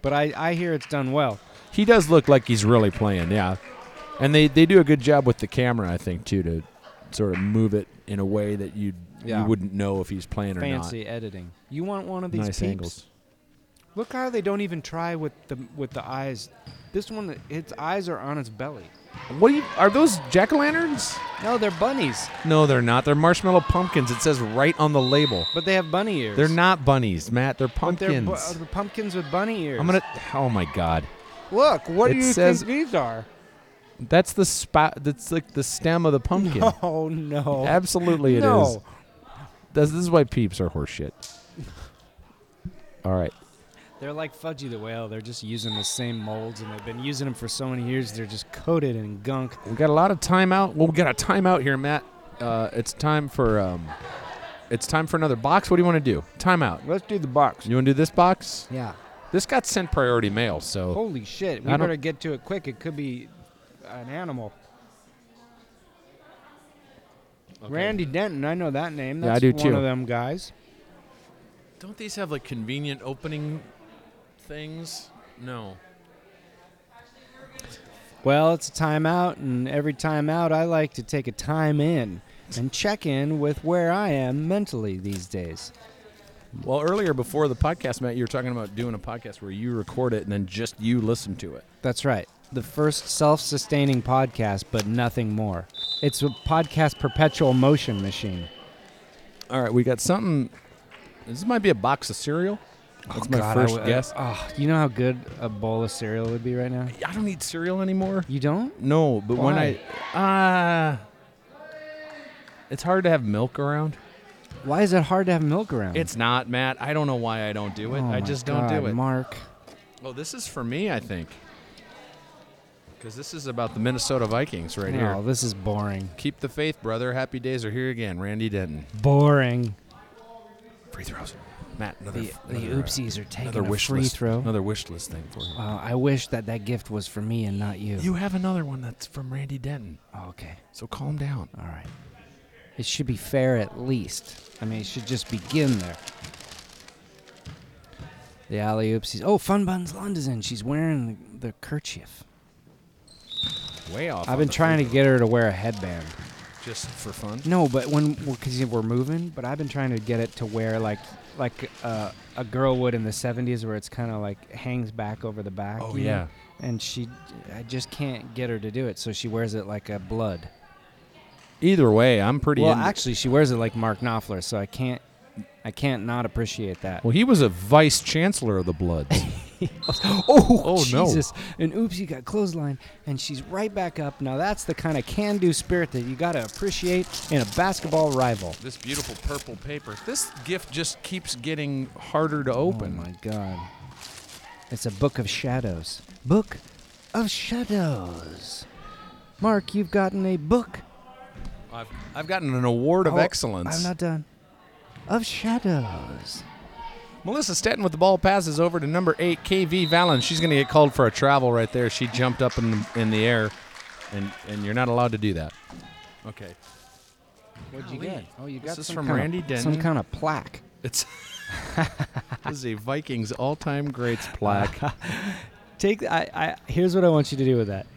Speaker 2: But I, I hear it's done well.
Speaker 3: He does look like he's really playing, yeah. And they, they do a good job with the camera, I think, too, to sort of move it in a way that you
Speaker 2: Yeah.
Speaker 3: you wouldn't know if he's playing or
Speaker 2: Fancy editing. You want one of
Speaker 3: not.
Speaker 2: these
Speaker 3: Nice
Speaker 2: peeps?
Speaker 3: angles.
Speaker 2: Look how they don't even try with the with the eyes. This one, its eyes are on its belly.
Speaker 3: What do you are those jack o' lanterns?
Speaker 2: No, they're bunnies,
Speaker 3: No, they're not. They're marshmallow pumpkins. It says right on the label.
Speaker 2: but they have bunny ears.
Speaker 3: They're not bunnies, Matt. They're
Speaker 2: But they're
Speaker 3: pumpkins.
Speaker 2: bu- uh, they're pumpkins with bunny ears.
Speaker 3: I'm gonna. Oh my god.
Speaker 2: look. What do
Speaker 3: It
Speaker 2: you
Speaker 3: says-
Speaker 2: think these are?
Speaker 3: That's the spot. That's like the stem of the pumpkin.
Speaker 2: Oh no!
Speaker 3: Absolutely, it is.
Speaker 2: no.
Speaker 3: This, this is why peeps are horseshit. All right.
Speaker 2: They're like Fudgy the Whale. They're just using the same molds, and they've been using them for so many years. They're just coated in gunk.
Speaker 3: We got a lot of timeout. Well, we got a timeout here, Matt. Uh, it's time for um, it's time for another box. What do you want to do? Timeout.
Speaker 2: Let's do the box.
Speaker 3: You want to do this box?
Speaker 2: Yeah.
Speaker 3: This got sent priority mail, so
Speaker 2: Holy shit!
Speaker 3: I
Speaker 2: We
Speaker 3: don't-
Speaker 2: better get to it quick. It could be an animal. Randy Denton, I know that name.
Speaker 3: Yeah, I
Speaker 2: That's
Speaker 3: do
Speaker 2: One
Speaker 3: too.
Speaker 2: of them guys.
Speaker 3: Don't these have like convenient opening things? No.
Speaker 2: Well, it's a timeout, and every timeout, I like to take a time in and check in with where I am mentally these days.
Speaker 3: Well, earlier before the podcast, Matt, you were talking about doing a podcast where you record it and then just you listen to it.
Speaker 2: That's right. The first self sustaining podcast, but nothing more. It's a podcast perpetual motion machine.
Speaker 3: All right, we got something. This might be a box of cereal. That's my
Speaker 2: Oh, God, I
Speaker 3: first
Speaker 2: w-
Speaker 3: guess.
Speaker 2: Oh, you know how good a bowl of cereal would be right now?
Speaker 3: I don't eat cereal anymore.
Speaker 2: You don't?
Speaker 3: No, but when I ah, it's hard to have milk around.
Speaker 2: Why is it hard to have milk around?
Speaker 3: It's not, Matt. I don't know why I don't do it.
Speaker 2: Oh
Speaker 3: I
Speaker 2: my
Speaker 3: just don't
Speaker 2: God,
Speaker 3: do it.
Speaker 2: Mark.
Speaker 3: oh, this is for me, I think, because this is about the Minnesota Vikings right
Speaker 2: Oh,
Speaker 3: here.
Speaker 2: this is boring.
Speaker 3: Keep the faith, brother. Happy days are here again. Randy Denton.
Speaker 2: Boring.
Speaker 3: Free throws. Matt, another.
Speaker 2: The,
Speaker 3: f-
Speaker 2: the
Speaker 3: another, uh,
Speaker 2: oopsies are taking
Speaker 3: Another
Speaker 2: a
Speaker 3: wish
Speaker 2: free
Speaker 3: list.
Speaker 2: throw.
Speaker 3: Another wish list thing for you.
Speaker 2: Wow, I wish that that gift was for me and not you.
Speaker 3: You have another one that's from Randy Denton.
Speaker 2: Oh, okay,
Speaker 3: So calm down.
Speaker 2: all right. It should be fair at least. I mean, it should just begin there. The alley oopsies. Oh, Fun Buns Lunda's in. She's wearing the, the kerchief.
Speaker 3: Way off.
Speaker 2: I've been trying to get her to wear a headband.
Speaker 3: just for fun.
Speaker 2: No, but when because we're moving, but I've been trying to get it to wear like like uh, a girl would in the '70s, where it's kind of like hangs back over the back.
Speaker 3: Oh,
Speaker 2: you know?
Speaker 3: yeah.
Speaker 2: and she, I just can't get her to do it, so she wears it like a blood.
Speaker 3: Either way, I'm pretty.
Speaker 2: Well,
Speaker 3: into-
Speaker 2: actually, she wears it like Mark Knopfler, so I can't, I can't not appreciate that.
Speaker 3: well, he was a vice chancellor of the Bloods.
Speaker 2: Oh,
Speaker 3: Oh, no.
Speaker 2: Jesus! And oops, you got clothesline, and she's right back up. Now that's the kind of can-do spirit that you gotta appreciate in a basketball rival.
Speaker 3: this beautiful purple paper. This gift just keeps getting harder to
Speaker 2: Oh
Speaker 3: open.
Speaker 2: my god. It's a book of shadows. Book of shadows. Mark, you've gotten a book
Speaker 3: I've, I've gotten an award of
Speaker 2: Oh,
Speaker 3: excellence.
Speaker 2: I'm not done. Of shadows.
Speaker 3: Melissa Stetton with the ball passes over to number eight, KV Valen. She's going to get called for a travel right there. She jumped up in the, in the air, and, and you're not allowed to do that. Okay.
Speaker 2: What'd you
Speaker 3: Golly.
Speaker 2: get? Oh, you got
Speaker 3: This is
Speaker 2: some
Speaker 3: from
Speaker 2: kinda-
Speaker 3: Randy Denny.
Speaker 2: Some kind of plaque.
Speaker 3: It's this is a Vikings all-time greats plaque.
Speaker 2: Take. I, I. Here's what I want you to do with that.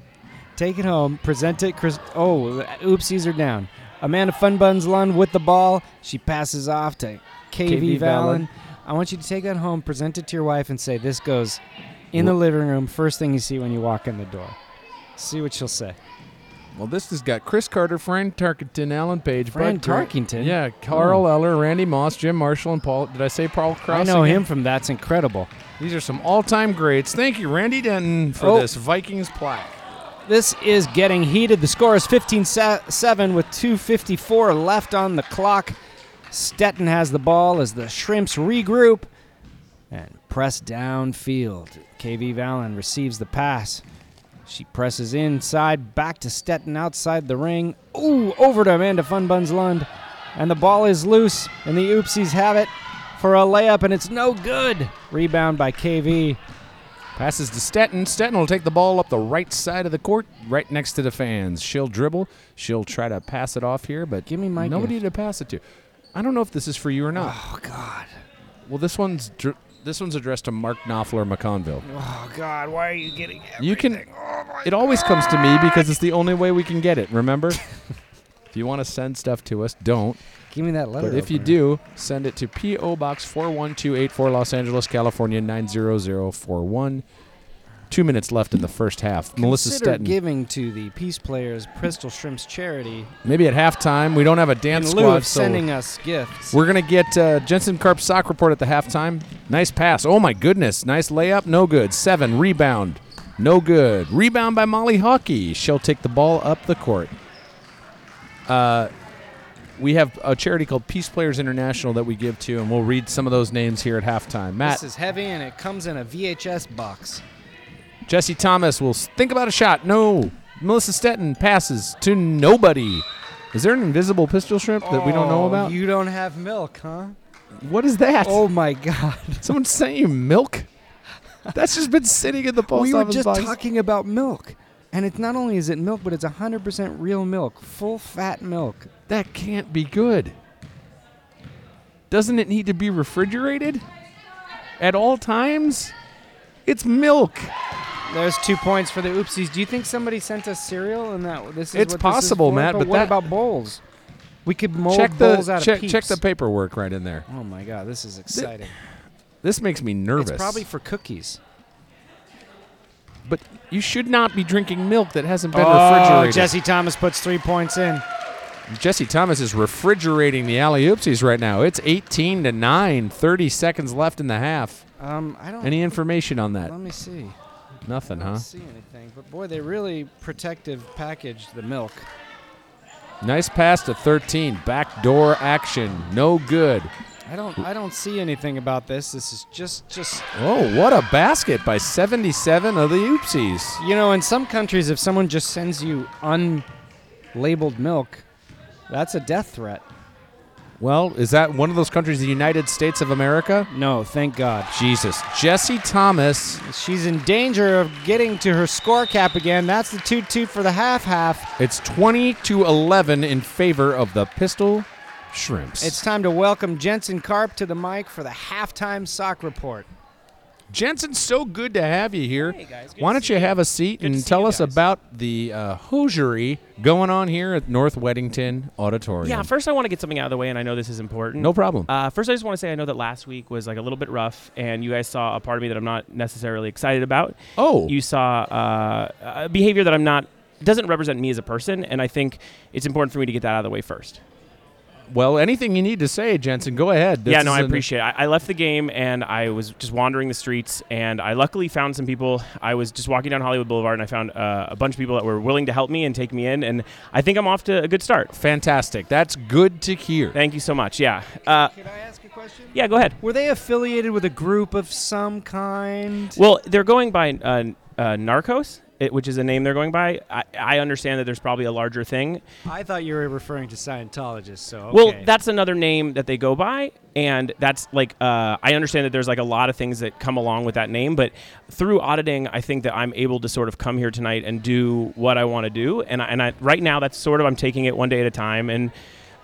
Speaker 2: Take it home. Present it. Chris, oh, oopsies are down. Amanda Funbun's Lund with the ball. She passes off to KV
Speaker 5: KV
Speaker 2: Valen.
Speaker 5: Valen.
Speaker 2: I want you to take that home, present it to your wife, and say, "This goes in the living room. First thing you see when you walk in the door. See what she'll say."
Speaker 3: well, this has got Chris Carter, Fran Tarkington, Alan Page,
Speaker 2: Fran Oh.
Speaker 3: Bud Grant-
Speaker 2: Tarkington?
Speaker 3: yeah, Carl Eller, Randy Moss, Jim Marshall, and Paul. Did I say Paul Cross?
Speaker 2: I know
Speaker 3: again?
Speaker 2: him from That's Incredible.
Speaker 3: These are some all-time greats. Thank you, Randy Denton, for
Speaker 2: Oh.
Speaker 3: this Vikings plaque.
Speaker 2: This is getting heated. The score is 15 7 with 2.54 left on the clock. Stetton has the ball as the Shrimps regroup and press downfield. KV Valen receives the pass. She presses inside, back to Stetton outside the ring. Ooh, over to Amanda Funbuns Lund. And the ball is loose, and the Oopsies have it for a layup, and it's no good. Rebound by KV.
Speaker 3: Passes to Stetton. Stetton will take the ball up the right side of the court, right next to the fans. She'll dribble. She'll try to pass it off here, but
Speaker 2: Give me my
Speaker 3: nobody to pass it to. I don't know if this is for you or not.
Speaker 2: Oh, God.
Speaker 3: Well, this one's dr- this one's addressed to Mark Knopfler, McConville.
Speaker 2: Oh, God. Why are you getting it?
Speaker 3: You can.
Speaker 2: Oh
Speaker 3: It always comes to me because it's the only way we can get it. Remember, if you want to send stuff to us, don't.
Speaker 2: Give me that letter.
Speaker 3: But if you
Speaker 2: opener.
Speaker 3: do, send it to P.O. Box 41284, Los Angeles, California 90041. Two minutes left in the first half. Melissa
Speaker 2: Consider
Speaker 3: Stetton.
Speaker 2: giving to the Peace Players Pistol Shrimps Charity
Speaker 3: maybe at halftime. We don't have a
Speaker 2: in
Speaker 3: dance
Speaker 2: lieu
Speaker 3: squad,
Speaker 2: of
Speaker 3: so
Speaker 2: sending us gifts.
Speaker 3: we're gonna get uh, Jensen Karp's sock report at the halftime. Nice pass. Oh my goodness. Nice layup. No good. Seven rebound. No good. Rebound by Molly Hockey. She'll take the ball up the court. Uh, we have a charity called Peace Players International that we give to, and we'll read some of those names here at halftime. Matt,
Speaker 2: this is heavy and it comes in a VHS box.
Speaker 3: Jesse Thomas will s- think about a shot. No. Melissa Stetton passes to nobody. Is there an invisible pistol shrimp that we don't know
Speaker 2: Oh,
Speaker 3: about?
Speaker 2: You don't have milk, huh?
Speaker 3: what is that?
Speaker 2: Oh my God!
Speaker 3: Someone sent you milk? That's just been sitting in the post
Speaker 2: we were
Speaker 3: office
Speaker 2: just
Speaker 3: box.
Speaker 2: talking about milk, and it's not only is it milk, but it's 100% real milk, full fat milk.
Speaker 3: that can't be good. Doesn't it need to be refrigerated at all times? It's milk.
Speaker 2: There's two points for the oopsies. Do you think somebody sent us cereal and that this is
Speaker 3: It's
Speaker 2: what this is
Speaker 3: possible,
Speaker 2: for?
Speaker 3: Matt, but
Speaker 2: what
Speaker 3: that-
Speaker 2: about bowls? We could mold
Speaker 3: check
Speaker 2: bowls
Speaker 3: the
Speaker 2: out
Speaker 3: check,
Speaker 2: of Peeps.
Speaker 3: check the paperwork right in there.
Speaker 2: Oh my God! This is exciting.
Speaker 3: This makes me nervous.
Speaker 2: It's probably for cookies.
Speaker 3: but you should not be drinking milk that hasn't been
Speaker 2: oh,
Speaker 3: refrigerated.
Speaker 2: Jesse Thomas puts three points in.
Speaker 3: Jesse Thomas is refrigerating the alley oopsies right now. It's 18 to 9, 30 seconds left in the half.
Speaker 2: Um, I don't.
Speaker 3: Any information on that? Uh-huh.
Speaker 2: let me see.
Speaker 3: Nothing,
Speaker 2: I don't
Speaker 3: huh?
Speaker 2: see anything. But boy, they really protective packaged the milk.
Speaker 3: Nice pass to 13. Backdoor action. No good.
Speaker 2: I don't. I don't see anything about this. This is just, just.
Speaker 3: Oh, what a basket by 77 of the Oopsies.
Speaker 2: You know, in some countries, if someone just sends you unlabeled milk, that's a death threat.
Speaker 3: Well, is that one of those countries, the United States of America?
Speaker 2: No, thank God.
Speaker 3: Jesus. Jesse Thomas.
Speaker 2: She's in danger of getting to her score cap again. That's the two two for the half half.
Speaker 3: It's 20 to 11 in favor of the Pistol Shrimps.
Speaker 2: It's time to welcome Jensen Karp to the mic for the halftime sock report.
Speaker 3: Jensen, so good to have you here.
Speaker 6: Hey, guys. Good
Speaker 3: Why
Speaker 6: to
Speaker 3: don't
Speaker 6: see
Speaker 3: you
Speaker 6: you.
Speaker 3: have a seat
Speaker 6: Good to
Speaker 3: and
Speaker 6: see
Speaker 3: tell
Speaker 6: you
Speaker 3: us
Speaker 6: guys.
Speaker 3: about the uh, hosiery going on here at North Weddington Auditorium?
Speaker 6: Yeah, first I want to get something out of the way, and I know this is important.
Speaker 3: no problem.
Speaker 6: Uh, first, I just want to say I know that last week was like a little bit rough, and you guys saw a part of me that I'm not necessarily excited about.
Speaker 3: oh,
Speaker 6: You saw uh, a behavior that I'm not doesn't represent me as a person, and I think it's important for me to get that out of the way first.
Speaker 3: well, anything you need to say, Jensen, go ahead. This
Speaker 6: yeah, no,
Speaker 3: is
Speaker 6: I
Speaker 3: an-
Speaker 6: appreciate it. I, I left the game and I was just wandering the streets, and I luckily found some people. I was just walking down Hollywood Boulevard, and I found uh, a bunch of people that were willing to help me and take me in, and I think I'm off to a good start.
Speaker 3: Fantastic. That's good to hear.
Speaker 6: Thank you so much. Yeah. Uh,
Speaker 2: Could I ask a question?
Speaker 6: yeah, go ahead.
Speaker 2: Were they affiliated with a group of some kind?
Speaker 6: Well, they're going by uh, uh, Narcos, it, which is a name they're going by. I, I understand that there's probably a larger thing.
Speaker 2: I thought you were referring to Scientologists. So
Speaker 6: Well, that's another name that they go by, and that's like uh, I understand that there's like a lot of things that come along with that name, but through auditing, I think that I'm able to sort of come here tonight and do what I want to do, and I, and I, right now that's sort of I'm taking it one day at a time, and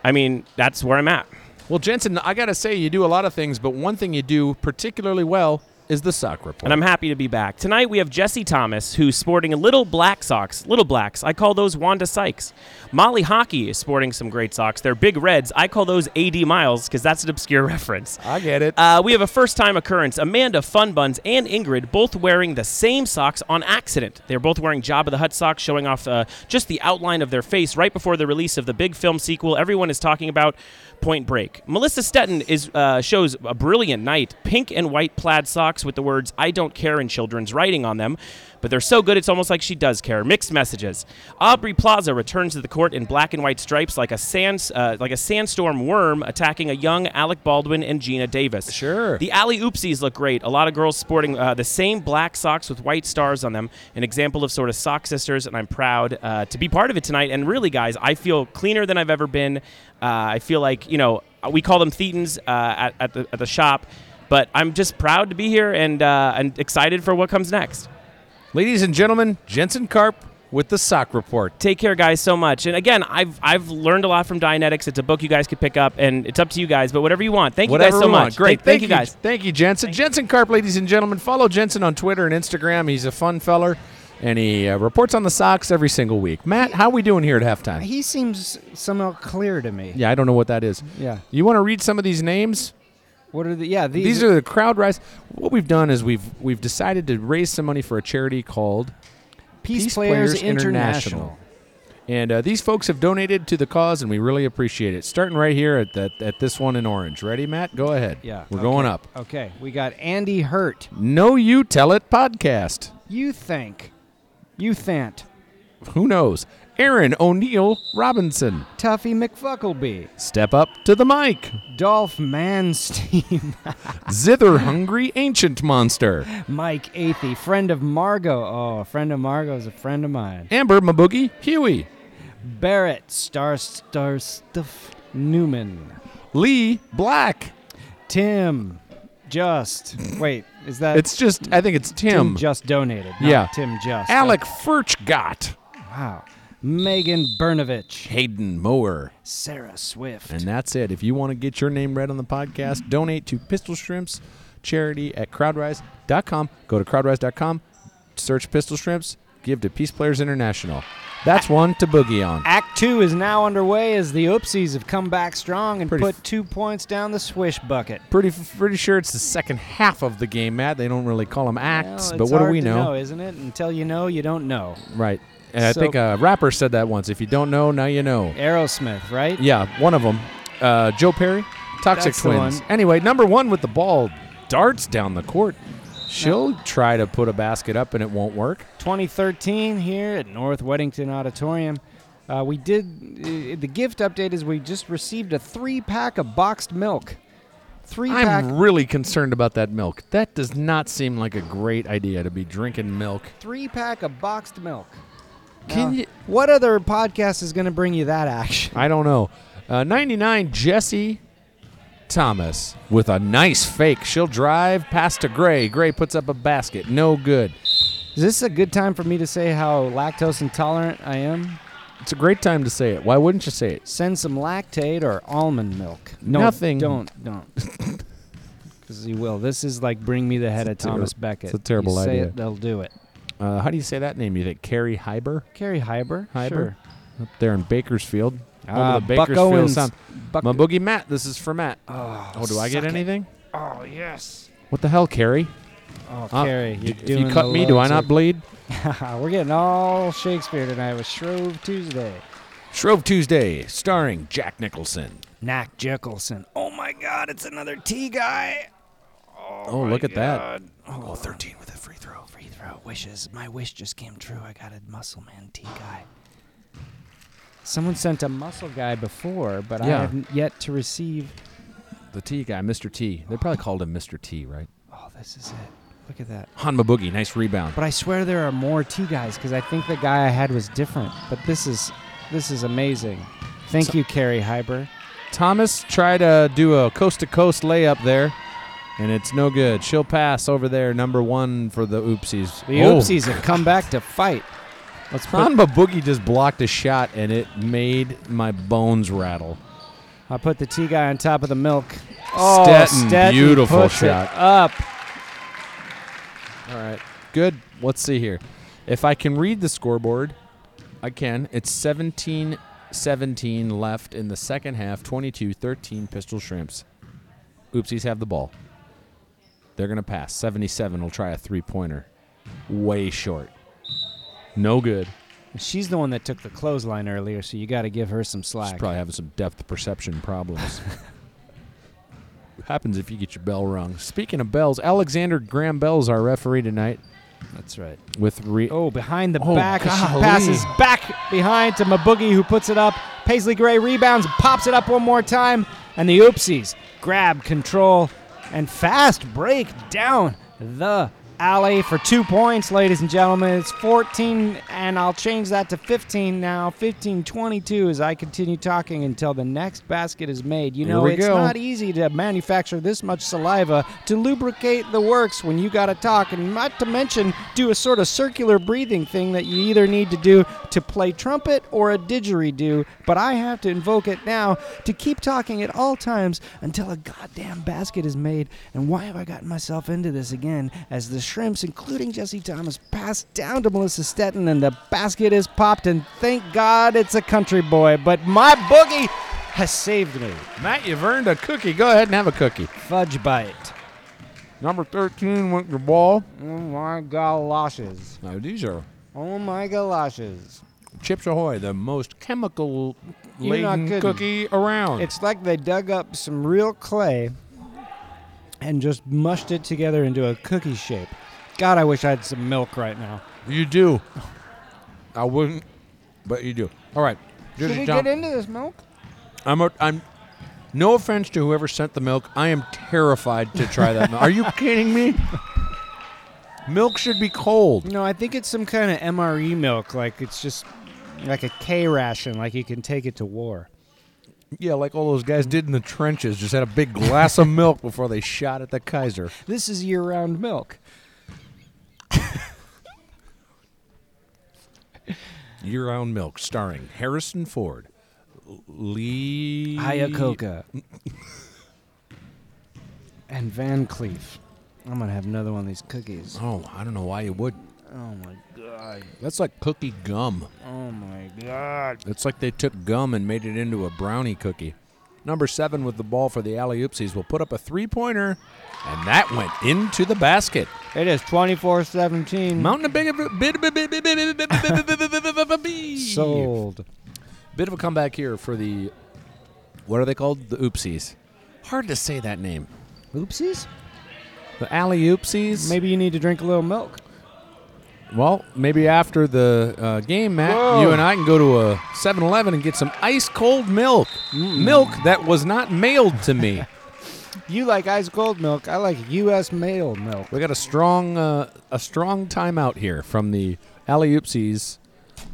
Speaker 6: I mean, that's where I'm at.
Speaker 3: Well, Jensen, I gotta say, you do a lot of things, but one thing you do particularly well is the sock report.
Speaker 6: And I'm happy to be back. Tonight we have Jesse Thomas, who's sporting little black socks. Little blacks. I call those Wanda Sykes. Molly Hockey is sporting some great socks. They're big reds. I call those AD Miles because that's an obscure reference.
Speaker 3: I get it.
Speaker 6: Uh, we have a first time occurrence. Amanda Funbuns and Ingrid both wearing the same socks on accident. They're both wearing Job of the Hutt socks, showing off uh, just the outline of their face right before the release of the big film sequel everyone is talking about, Point Break. Melissa Stetton is, uh, shows a brilliant night pink and white plaid socks with the words I don't care in children's writing on them. But they're so good, it's almost like she does care. Mixed messages. Aubrey Plaza returns to the court in black and white stripes, like a sand, uh, like a sandstorm worm attacking a young Alec Baldwin and Gina Davis.
Speaker 3: Sure.
Speaker 6: The alley oopsies look great. A lot of girls sporting uh, the same black socks with white stars on them. An example of sort of sock sisters, and I'm proud uh, to be part of it tonight. And really, guys, I feel cleaner than I've ever been. Uh, I feel like you know we call them thetans uh, at, at the at the shop, but I'm just proud to be here and uh, and excited for what comes next.
Speaker 3: Ladies and gentlemen, Jensen Karp with the sock report.
Speaker 6: Take care, guys, so much. And again, I've I've learned a lot from Dianetics. It's a book you guys could pick up, and it's up to you guys. But whatever you want, thank
Speaker 3: Whatever
Speaker 6: you guys so
Speaker 3: we
Speaker 6: much.
Speaker 3: want. Great.
Speaker 6: Thank, thank you guys.
Speaker 3: Thank you, Jensen. Jensen Karp, ladies and gentlemen. Follow Jensen on Twitter and Instagram. He's a fun feller, and he uh, reports on the Sox every single week. Matt, how we doing here at halftime?
Speaker 2: He seems somehow clear to me.
Speaker 3: Yeah, I don't know what that is.
Speaker 2: Yeah.
Speaker 3: You want to read some of these names?
Speaker 2: What are the? Yeah, these,
Speaker 3: These are the crowd rise. What we've done is we've we've decided to raise some money for a charity called
Speaker 2: Peace,
Speaker 3: Peace
Speaker 2: Players,
Speaker 3: Players
Speaker 2: International.
Speaker 3: International. and uh, these folks have donated to the cause, and we really appreciate it. Starting right here at that at this one in orange. Ready, Matt? Go ahead.
Speaker 2: Yeah,
Speaker 3: we're
Speaker 2: okay.
Speaker 3: going up.
Speaker 2: Okay, we got Andy Hurt.
Speaker 3: No, you tell it podcast.
Speaker 2: You think? You thant?
Speaker 3: Who knows? Aaron O'Neill Robinson.
Speaker 2: Tuffy McFuckleby.
Speaker 3: Step up to the mic.
Speaker 2: Dolph Manstein.
Speaker 3: Zither Hungry Ancient Monster.
Speaker 2: Mike Athey, friend of Margot. Oh, a friend of Margot is a friend of mine.
Speaker 3: Amber Maboogie Huey.
Speaker 2: Barrett Star Star Stuff Newman.
Speaker 3: Lee Black.
Speaker 2: Tim Just. Wait, is that
Speaker 3: It's just, I think it's
Speaker 2: Tim
Speaker 3: Tim.
Speaker 2: Just donated? not
Speaker 3: Yeah.
Speaker 2: Tim Just. Oh,
Speaker 3: Alec Furchgott.
Speaker 2: Wow. Megan Bernovich.
Speaker 3: Hayden Moore.
Speaker 2: Sarah Swift.
Speaker 3: And that's it. If you want to get your name read on the podcast, donate to Pistol Shrimps charity at crowdrise.com. Go to crowdrise.com, search Pistol Shrimps, give to Peace Players International. That's one to boogie on.
Speaker 2: Act two is now underway as the Oopsies have come back strong and
Speaker 3: Pretty
Speaker 2: put
Speaker 3: f-
Speaker 2: two points down the swish bucket.
Speaker 3: Pretty pretty sure it's the second half of the game, Matt. They don't really call them acts,
Speaker 2: Well,
Speaker 3: but
Speaker 2: it's
Speaker 3: what do
Speaker 2: hard
Speaker 3: we
Speaker 2: to
Speaker 3: know?
Speaker 2: Isn't it? Until you know, you don't know.
Speaker 3: Right. And I
Speaker 2: So-
Speaker 3: think a rapper said that once. If you don't know, now you know.
Speaker 2: Aerosmith, right?
Speaker 3: Yeah, one of them. Uh, Joe Perry, Toxic
Speaker 2: That's the
Speaker 3: Twins.
Speaker 2: one.
Speaker 3: Anyway, number one with the ball darts down the court. She'll try to put a basket up and it won't work.
Speaker 2: 2013 here at North Weddington Auditorium. Uh, we did uh, the gift update is we just received a three pack of boxed milk. Three pack,
Speaker 3: I'm really concerned about that milk. That does not seem like a great idea to be drinking milk.
Speaker 2: three pack of boxed milk.
Speaker 3: Can
Speaker 2: Now,
Speaker 3: you?
Speaker 2: What other podcast is going to bring you that action?
Speaker 3: I don't know. Uh, 99 Jesse Thomas with a nice fake. She'll drive past to Gray. Gray puts up a basket. No good.
Speaker 2: Is this a good time for me to say how lactose intolerant I am?
Speaker 3: It's a great time to say it. Why wouldn't you say it?
Speaker 2: Send some lactate or almond milk. No,
Speaker 3: Nothing.
Speaker 2: Don't don't. Because you will. This is like bring me the head of
Speaker 3: a ter-
Speaker 2: Thomas Beckett.
Speaker 3: it's a terrible
Speaker 2: You say
Speaker 3: idea.
Speaker 2: It, they'll do it.
Speaker 3: Uh, how do you say that name? You think Carrie Hyber
Speaker 2: Carrie Hyber.
Speaker 3: Hyber?
Speaker 2: Sure.
Speaker 3: up there in Bakersfield? Home
Speaker 2: Ah,
Speaker 3: of the
Speaker 2: Buck
Speaker 3: Bakersfield
Speaker 2: Owens.
Speaker 3: Sound.
Speaker 2: Buck-
Speaker 3: My boogie Matt. This is for Matt.
Speaker 2: oh,
Speaker 3: oh, do I get
Speaker 2: suck it.
Speaker 3: anything?
Speaker 2: Oh yes.
Speaker 3: What the hell, Carrie?
Speaker 2: Oh,
Speaker 3: Uh,
Speaker 2: Carrie,
Speaker 3: d-
Speaker 2: you're
Speaker 3: if
Speaker 2: doing
Speaker 3: you cut
Speaker 2: the
Speaker 3: me, do I
Speaker 2: loves
Speaker 3: not
Speaker 2: of-
Speaker 3: bleed?
Speaker 2: We're getting all Shakespeare tonight with Shrove Tuesday.
Speaker 3: Shrove Tuesday, starring Jack Nicholson.
Speaker 2: Knack Jekyllson. Oh my God, it's another T guy.
Speaker 3: Oh, look at that.
Speaker 2: Oh, 13 with a free throw. Free throw. Wishes. My wish just came true. I got a muscle man T guy. Someone sent a muscle guy before, but I
Speaker 3: Yeah.
Speaker 2: haven't yet to receive.
Speaker 3: The T guy, Mr. T. They probably called him Mr. T, right?
Speaker 2: Oh, this is it. Look at that.
Speaker 3: Hanma Boogie, nice rebound.
Speaker 2: But I swear there are more T guys because I think the guy I had was different. But this is this is amazing. Thank you, Carrie Hyber.
Speaker 3: Thomas tried to do a coast to coast layup there, and it's no good. She'll pass over there, number one for the oopsies.
Speaker 2: The
Speaker 3: Oh.
Speaker 2: Oopsies have come back to fight. Let's put
Speaker 3: Hanma Boogie just blocked a shot, and it made my bones rattle.
Speaker 2: I put the tea guy on top of the milk. Oh,
Speaker 3: Stetton, beautiful
Speaker 2: puts it
Speaker 3: shot.
Speaker 2: up.
Speaker 3: All right. Good. Let's see here. If I can read the scoreboard, I can. It's 17 17 left in the second half, 22 13 Pistol Shrimps. Oopsies have the ball. They're going to pass. 77 will try a three pointer. Way short. No good.
Speaker 2: She's the one that took the clothesline earlier, so you got to give her some slack.
Speaker 3: She's probably having some depth perception problems. Happens if you get your bell rung. Speaking of bells, Alexander Graham Bell's our referee tonight
Speaker 2: That's right.
Speaker 3: with re-
Speaker 2: Oh, behind the
Speaker 3: Oh,
Speaker 2: back. as She
Speaker 3: golly.
Speaker 2: passes back behind to Maboogie, who puts it up. Paisley Gray rebounds, pops it up one more time, and the Oopsies grab control and fast break down the alley for two points, ladies and gentlemen. It's 14, and I'll change that to 15 now. 15 22 as I continue talking until the next basket is made. You
Speaker 3: Here
Speaker 2: know,
Speaker 3: we
Speaker 2: it's
Speaker 3: go.
Speaker 2: not easy to manufacture this much saliva to lubricate the works when you gotta talk, and not to mention do a sort of circular breathing thing that you either need to do to play trumpet or a didgeridoo. But I have to invoke it now to keep talking at all times until a goddamn basket is made. And why have I gotten myself into this again? As the shrimps, including Jesse Thomas, pass down to Melissa Stetton, and the basket is popped. And thank God it's a country boy. But my boogie has saved me.
Speaker 3: Matt, you've earned a cookie. Go ahead and have a cookie.
Speaker 2: Fudge bite.
Speaker 3: Number 13 went the ball.
Speaker 2: Oh my galoshes.
Speaker 3: Now, these are
Speaker 2: Oh my galoshes.
Speaker 3: Chips Ahoy, the most chemical
Speaker 2: You're not
Speaker 3: laden
Speaker 2: kidding.
Speaker 3: cookie around.
Speaker 2: It's like they dug up some real clay and just mushed it together into a cookie shape. God, I wish I had some milk right now.
Speaker 3: you do. I wouldn't, but you do. All right. Here's
Speaker 2: Should
Speaker 3: a
Speaker 2: we
Speaker 3: jump.
Speaker 2: get into this milk?
Speaker 3: I'm, a, I'm. No offense to whoever sent the milk. I am terrified to try that milk. Are you kidding me? Milk should be cold.
Speaker 2: No, I think it's some kind of MRE milk. Like it's just like a K ration, like you can take it to war.
Speaker 3: Yeah, like all those guys did in the trenches, just had a big glass of milk before they shot at the Kaiser.
Speaker 2: This is year round milk.
Speaker 3: Year Round Milk, starring Harrison Ford, L- Lee
Speaker 2: Iacocca. and Van Cleef. I'm going to have another one of these cookies.
Speaker 3: Oh, I don't know why you would.
Speaker 2: Oh my god.
Speaker 3: That's like cookie gum.
Speaker 2: Oh my god.
Speaker 3: It's like they took gum and made it into a brownie cookie. Number seven with the ball for the alley oopsies will put up a three pointer, and that went into the basket.
Speaker 2: It is 24 17.
Speaker 3: Mountain a big bit
Speaker 2: Sold.
Speaker 3: bit of a comeback here for the what are they called? The oopsies. Hard to say that name.
Speaker 2: Oopsies?
Speaker 3: The alley oopsies.
Speaker 2: Maybe you need to drink a little milk.
Speaker 3: Well, maybe after the uh, game, Matt,
Speaker 2: Whoa.
Speaker 3: you and I can go to a 7 Eleven and get some ice cold milk. Milk that was not mailed to me.
Speaker 2: You like ice cold milk. I like U.S. mail milk.
Speaker 3: we got a strong uh, a strong timeout here from the Alley Oopsies.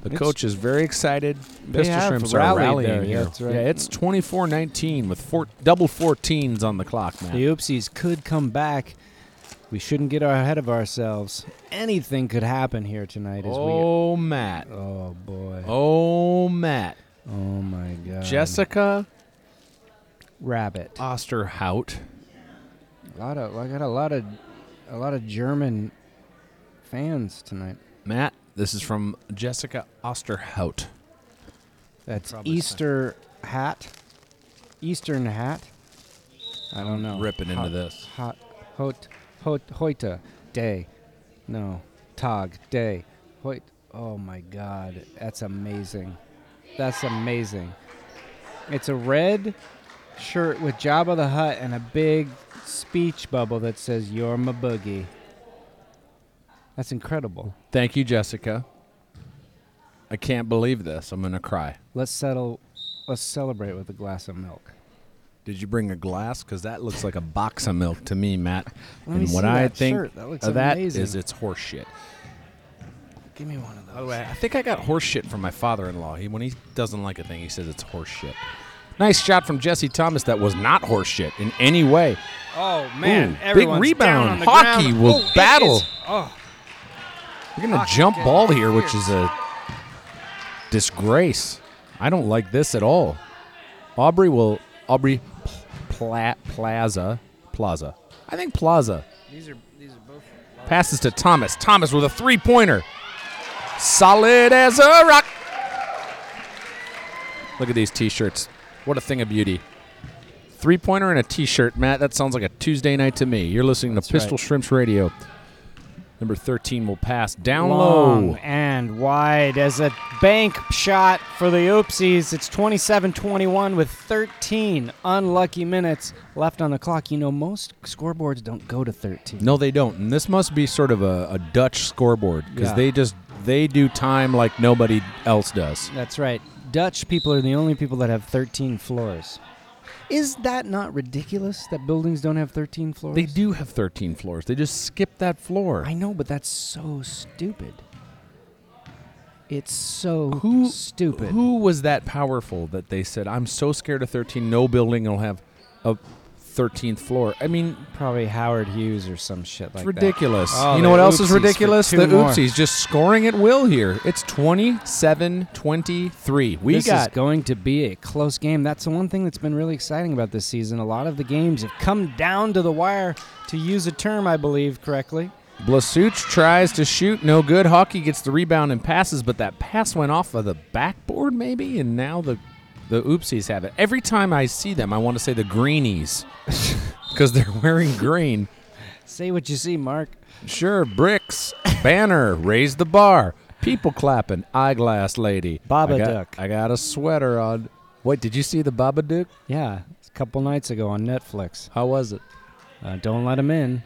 Speaker 3: The
Speaker 2: It's-
Speaker 3: coach is very excited. Pistol
Speaker 2: have
Speaker 3: Shrimps are
Speaker 2: rallied
Speaker 3: rallying
Speaker 2: there,
Speaker 3: here.
Speaker 2: that's right.
Speaker 3: Yeah, it's 24 19 with four, double 14s on the clock, Matt.
Speaker 2: The oopsies could come back. We shouldn't get ahead of ourselves. Anything could happen here tonight as
Speaker 3: Oh, Matt.
Speaker 2: we. Oh boy. Oh,
Speaker 3: Oh, Matt.
Speaker 2: my
Speaker 3: Um,
Speaker 2: god.
Speaker 3: Jessica
Speaker 2: Rabbit.
Speaker 3: Osterhout.
Speaker 2: A lot of I got a lot of a lot of German fans tonight.
Speaker 3: Matt, this is from Jessica Osterhout.
Speaker 2: That's
Speaker 3: Probably
Speaker 2: Easter hat. Eastern hat. I don't know.
Speaker 3: ripping into
Speaker 2: Hot-
Speaker 3: this.
Speaker 2: Hot, hot, hot, hoita, day. No, tag, day. Hoit. Oh my God, that's amazing. That's amazing. It's a red shirt with Jabba the Hutt and a big speech bubble that says "You're my boogie." That's incredible.
Speaker 3: Thank you, Jessica. I can't believe this. I'm gonna cry.
Speaker 2: Let's settle. Let's celebrate with a glass of milk.
Speaker 3: Did you bring a glass? Because that looks like a box of milk to me, Matt.
Speaker 2: Let
Speaker 3: and
Speaker 2: me
Speaker 3: what
Speaker 2: see
Speaker 3: I
Speaker 2: that
Speaker 3: think
Speaker 2: shirt. That looks
Speaker 3: of that is
Speaker 2: amazing.
Speaker 3: it's horseshit.
Speaker 2: Give me one of those.
Speaker 3: By the way, I think I got horseshit from my father-in-law. He, when he doesn't like a thing, he says it's horseshit. Nice shot from Jesse Thomas. That was not horseshit in any way.
Speaker 2: Oh
Speaker 3: Ooh, big rebound. Hockey will battle.
Speaker 2: oh,
Speaker 3: We're gonna
Speaker 2: Hockey
Speaker 3: jump
Speaker 2: game.
Speaker 3: ball here, which is a disgrace. I don't like this at all. Aubrey will Aubrey P- Pla- Plaza. Plaza. I think Plaza.
Speaker 2: These are these are both.
Speaker 3: Passes to Thomas. Thomas with a three pointer. Solid as a rock. Look at these t shirts. What a thing of beauty. Three pointer and a t shirt, Matt. That sounds like a Tuesday night to me. You're listening to Pistol
Speaker 6: right.
Speaker 3: Shrimps Radio. Number 13 will pass down
Speaker 2: Long
Speaker 3: low.
Speaker 2: and wide as a bank shot for the Oopsies. It's 27 21 with 13 unlucky minutes left on the clock. You know, most scoreboards don't go to 13.
Speaker 3: No, they don't. And this must be sort of a, a Dutch scoreboard because
Speaker 2: Yeah.
Speaker 3: they just they do time like nobody else does.
Speaker 2: That's right. Dutch people are the only people that have 13 floors. Is that not ridiculous that buildings don't have 13 floors?
Speaker 3: They do have 13 floors. They just skip that floor.
Speaker 2: I know, but that's so stupid. It's so
Speaker 3: who
Speaker 2: stupid.
Speaker 3: Who was that powerful that they said, "I'm so scared of 13. No building will have a 13th floor." I mean,
Speaker 2: Probably Howard Hughes or some shit
Speaker 3: it's
Speaker 2: like that.
Speaker 3: ridiculous.
Speaker 2: Oh,
Speaker 3: you know
Speaker 2: the
Speaker 3: what else
Speaker 2: oopsies
Speaker 3: is
Speaker 2: for
Speaker 3: ridiculous?
Speaker 2: two
Speaker 3: The
Speaker 2: more.
Speaker 3: oopsies just scoring at will here. It's 27-23. We
Speaker 2: this
Speaker 3: got
Speaker 2: is going to be a close game. That's the one thing that's been really exciting about this season. A lot of the games have come down to the wire, to use a term I believe correctly.
Speaker 3: Blasuch tries to shoot, no good. Hockey gets the rebound and passes, but that pass went off of the backboard maybe, and now the the oopsies have it. Every time I see them, I want to say the greenies because they're wearing green.
Speaker 2: Say what you see, Mark.
Speaker 3: Sure, bricks, banner, raise the bar, people clapping, eyeglass lady,
Speaker 2: Baba
Speaker 3: I got-
Speaker 2: Duck.
Speaker 3: I got a sweater on. Wait, did you see the Baba Duck?
Speaker 2: Yeah, it's a couple nights ago on Netflix.
Speaker 3: How was it?
Speaker 2: Uh, don't let him in.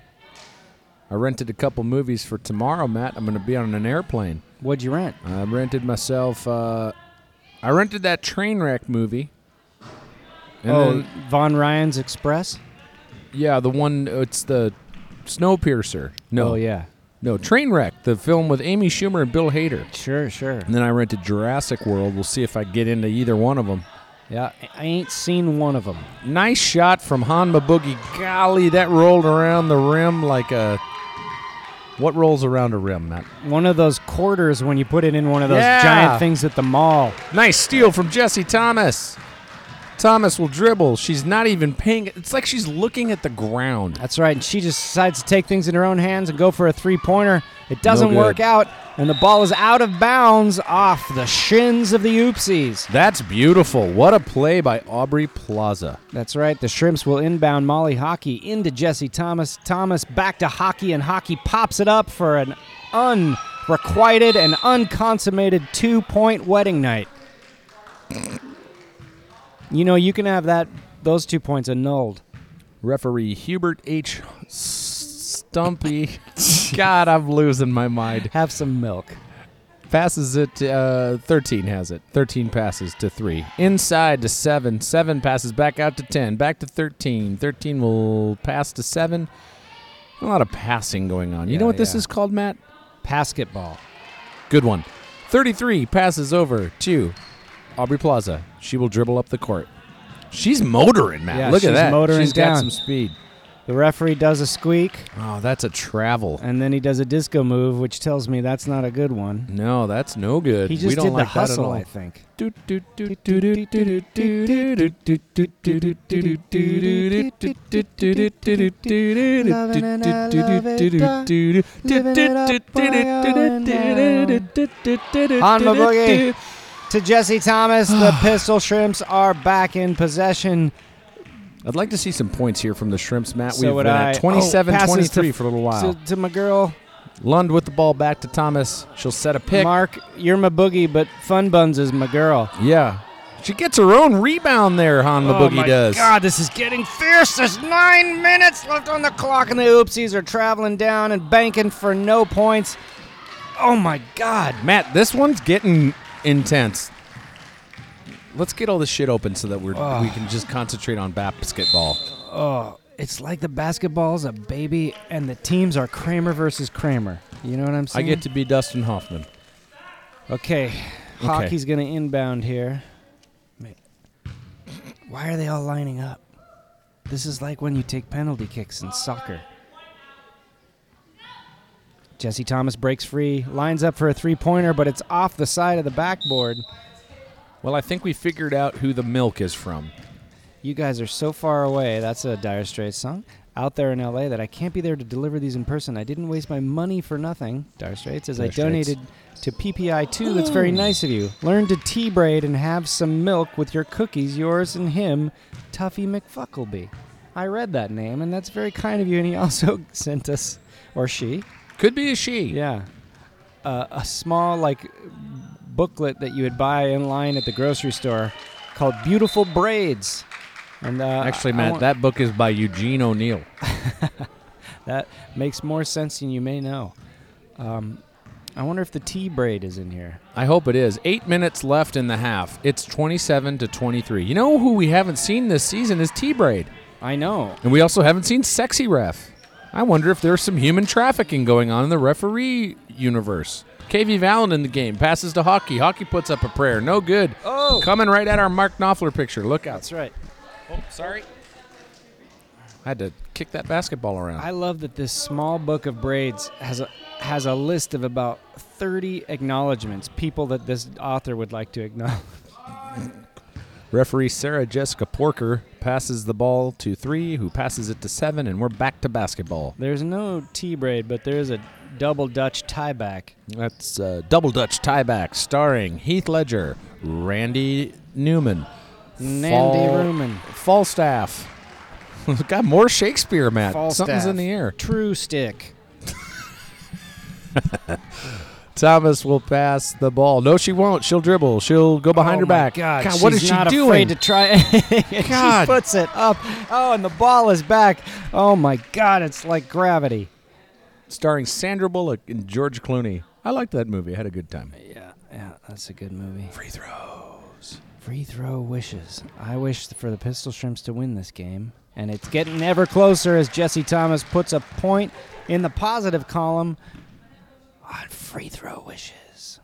Speaker 3: I rented a couple movies for tomorrow, Matt. I'm going to be on an airplane.
Speaker 2: What'd you rent?
Speaker 3: I rented myself. Uh, I rented that train wreck movie. And
Speaker 2: oh,
Speaker 3: then-
Speaker 2: Von Ryan's Express.
Speaker 3: yeah, the one. It's the Snowpiercer. No,
Speaker 2: Oh yeah.
Speaker 3: no, train wreck. The film with Amy Schumer and Bill Hader.
Speaker 2: Sure, sure.
Speaker 3: And then I rented Jurassic World. We'll see if I get into either one of them.
Speaker 2: Yeah, I- I ain't seen one of them.
Speaker 3: Nice shot from Hanma Boogie. Golly, that rolled around the rim like a. What rolls around a rim, Matt?
Speaker 2: One of those quarters when you put it in one of those
Speaker 3: Yeah.
Speaker 2: giant things at the mall.
Speaker 3: Nice steal from Jesse Thomas. Thomas will dribble. She's not even paying. It's like she's looking at the ground.
Speaker 2: That's right. And she just decides to take things in her own hands and go for a three pointer. It doesn't
Speaker 3: good.
Speaker 2: work out, and the ball is out of bounds off the shins of the oopsies.
Speaker 3: That's beautiful. What a play by Aubrey Plaza.
Speaker 2: That's right. The Shrimps will inbound Molly Hockey into Jesse Thomas. Thomas back to Hockey, and Hockey pops it up for an unrequited and unconsummated two point wedding night. You know, you can have that those two points annulled.
Speaker 3: Referee Hubert H. Stumpy. God, I'm losing my mind.
Speaker 2: Have some milk.
Speaker 3: Passes it. to, Uh, 13 has it. 13 passes to 3. Inside to 7. 7 passes back out to 10. Back to 13. 13 will pass to 7. A lot of passing going on. You
Speaker 2: Yeah,
Speaker 3: know what this
Speaker 2: yeah.
Speaker 3: is called, Matt?
Speaker 2: Basketball.
Speaker 3: Good one. 33 passes over to Aubrey Plaza. She will dribble up the court. She's motoring, Matt.
Speaker 2: Yeah,
Speaker 3: Look
Speaker 2: she's
Speaker 3: at that.
Speaker 2: motoring
Speaker 3: she's got
Speaker 2: down.
Speaker 3: some speed.
Speaker 2: The referee does a squeak,
Speaker 3: Oh, that's a travel.
Speaker 2: and then he does a disco move, which tells me that's not a good one.
Speaker 3: No, that's no good.
Speaker 2: He just
Speaker 3: we
Speaker 2: did
Speaker 3: don't
Speaker 2: the
Speaker 3: like
Speaker 2: hustle, I
Speaker 3: that
Speaker 2: think.
Speaker 3: at all.
Speaker 2: On the boogie. To Jesse Thomas, the Pistol Shrimps are back in possession.
Speaker 3: I'd like to see some points here from the Shrimps, Matt.
Speaker 2: So
Speaker 3: We've
Speaker 2: would
Speaker 3: been
Speaker 2: I.
Speaker 3: at 27
Speaker 2: Oh, passes
Speaker 3: 23
Speaker 2: to-
Speaker 3: for a little while.
Speaker 2: To, to my girl,
Speaker 3: Lund with the ball back to Thomas. She'll set a pick.
Speaker 2: Mark, you're my boogie, but Fun Buns is my girl.
Speaker 3: yeah. She gets her own rebound there, Han the
Speaker 2: oh
Speaker 3: Boogie
Speaker 2: my
Speaker 3: does.
Speaker 2: God, this is getting fierce. There's nine minutes left on the clock, and the oopsies are traveling down and banking for no points. Oh my God.
Speaker 3: Matt, this one's getting intense. Let's get all this shit open so that we're, we can just concentrate on basketball.
Speaker 2: It's like the basketball's a baby, and the teams are Kramer versus Kramer. You know what I'm
Speaker 3: I
Speaker 2: saying?
Speaker 3: get to be Dustin Hoffman.
Speaker 2: Okay. Hockey's going to inbound here. Wait. Why are they all lining up? This is like when you take penalty kicks in soccer. Jesse Thomas breaks free, lines up for a three pointer, but it's off the side of the backboard.
Speaker 3: Well, I think we figured out who the milk is from.
Speaker 2: You guys are so far away. That's a Dire Straits song. Out there in LA, that I can't be there to deliver these in person. I didn't waste my money for nothing. Dire Straits, as I
Speaker 3: Dire Straits.
Speaker 2: donated to PPI2. That's very nice of you. Learn to tea braid and have some milk with your cookies, yours and him, Tuffy McFuckleby. I read that name, and that's very kind of you. And he also sent us, or she,
Speaker 3: Could be a she.
Speaker 2: yeah. Uh, a small like booklet that you would buy in line at the grocery store called "Beautiful Braids." And uh,
Speaker 3: Actually,
Speaker 2: I- I
Speaker 3: Matt,
Speaker 2: want-
Speaker 3: that book is by Eugene O'Neill.
Speaker 2: that makes more sense than you may know. Um, I wonder if the T braid is in here.
Speaker 3: I hope it is. Eight minutes left in the half. It's 27 to 23. You know who we haven't seen this season is T Braid.
Speaker 2: I know.
Speaker 3: And we also haven't seen Sexy Ref. I wonder if there's some human trafficking going on in the referee universe. KV Valen in the game passes to Hockey. Hockey puts up a prayer. No good.
Speaker 2: Oh.
Speaker 3: Coming right at our Mark Knopfler picture. Look out.
Speaker 2: That's right.
Speaker 3: Sorry. I had to kick that basketball around.
Speaker 2: I love that this small book of braids has a has a list of about 30 acknowledgments, people that this author would like to acknowledge.
Speaker 3: Referee Sarah Jessica Porker passes the ball to three, who passes it to seven, and we're back to basketball.
Speaker 2: There's no T braid, but there is a double Dutch tie back.
Speaker 3: That's uh, Double Dutch Tieback, starring Heath Ledger, Randy Newman,
Speaker 2: Nandy
Speaker 3: Fal-
Speaker 2: Ruman.
Speaker 3: Falstaff. Got more Shakespeare, Matt. Something's in the air.
Speaker 2: True stick.
Speaker 3: Thomas will pass the ball. No, she won't. She'll dribble. She'll go behind
Speaker 2: Oh
Speaker 3: her
Speaker 2: my
Speaker 3: back.
Speaker 2: God,
Speaker 3: what
Speaker 2: she's
Speaker 3: is
Speaker 2: not
Speaker 3: she
Speaker 2: afraid
Speaker 3: doing?
Speaker 2: to try. And
Speaker 3: God.
Speaker 2: she puts it up. Oh, and the ball is back. Oh my God, it's like gravity.
Speaker 3: Starring Sandra Bullock and George Clooney. I liked that movie. I had a good time.
Speaker 2: Yeah, yeah, that's a good movie.
Speaker 3: Free throw.
Speaker 2: Free throw wishes. I wish for the Pistol Shrimps to win this game. And it's getting ever closer as Jesse Thomas puts a point in the positive column on free throw wishes.